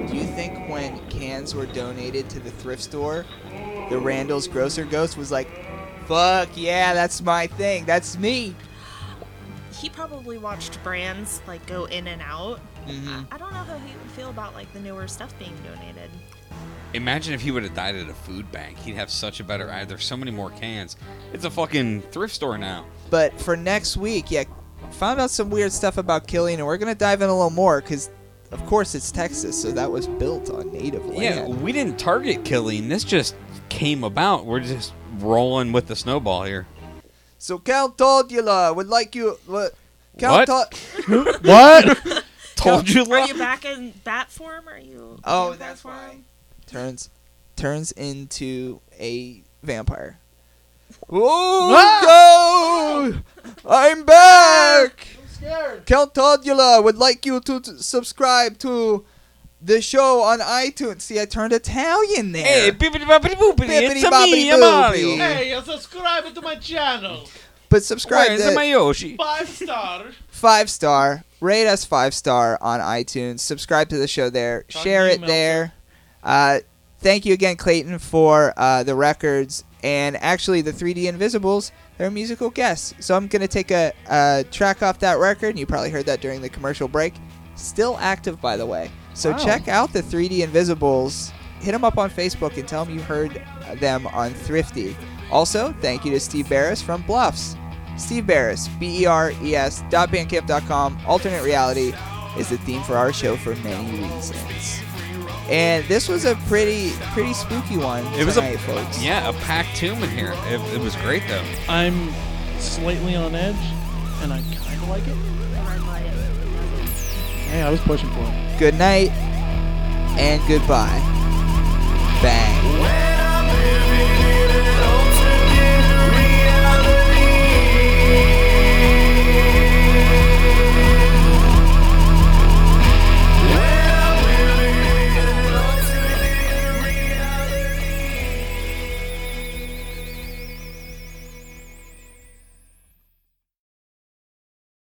Speaker 1: Do you think when cans were donated to the thrift store, the Randall's grocer ghost was like, fuck yeah, that's my thing, that's me?
Speaker 6: He probably watched brands like go in and out.
Speaker 5: Mm-hmm.
Speaker 1: Mhm.
Speaker 6: I don't know how he would feel about like the newer stuff being donated.
Speaker 5: Imagine if he would have died at a food bank. He'd have such a better eye. There's so many more cans. It's a fucking thrift store now.
Speaker 1: But for next week, yeah, found out some weird stuff about Killian, and we're going to dive in a little more because, of course, it's Texas, so that was built on native land.
Speaker 5: Yeah, we didn't target killing. This just came about. We're just rolling with the snowball here.
Speaker 1: So Count Tordula would like you. What? Count
Speaker 5: What?
Speaker 1: Tod-
Speaker 5: [LAUGHS] What? [LAUGHS] Told you
Speaker 6: Are
Speaker 5: lo-
Speaker 6: you back in bat form? Are you?
Speaker 1: Oh,
Speaker 6: vampire
Speaker 1: that's
Speaker 6: form?
Speaker 1: turns turns into a vampire.
Speaker 3: Oh
Speaker 1: no! I'm back. Count Todula would like you to t- subscribe to the show on iTunes. See, I turned Italian there.
Speaker 5: Hey, bippity boppity boopity, it's a
Speaker 1: Bippity
Speaker 5: me,
Speaker 1: boppity
Speaker 5: a Mario.
Speaker 1: boopity.
Speaker 4: uh, subscribe to my channel.
Speaker 1: But subscribe
Speaker 5: Where's
Speaker 1: to
Speaker 5: my Yoshi?
Speaker 4: Five star.
Speaker 1: five star. Rate us five star on iTunes. Subscribe to the show there. Share it there. Uh, thank you again, Clayton, for uh, the records and actually the 3D Invisibles. They're musical guests. So I'm going to take a, a track off that record. And you probably heard that during the commercial break. Still active, by the way. So
Speaker 12: Wow.
Speaker 1: check out the 3D Invisibles. Hit them up on Facebook and tell them you heard them on Thrifty. Also, thank you to Steve Barris from Bluffs. Steve Barris, B E R E S dot bandcamp.com. Alternate reality is the theme for our show for many reasons. And this was a pretty pretty spooky one
Speaker 5: It was
Speaker 1: tonight,
Speaker 5: a
Speaker 1: folks.
Speaker 5: yeah, a packed tomb in here. It, it was great though.
Speaker 4: I'm slightly on edge, and I kind of like it. Hey, I was pushing for it.
Speaker 1: Good night and goodbye. Bang.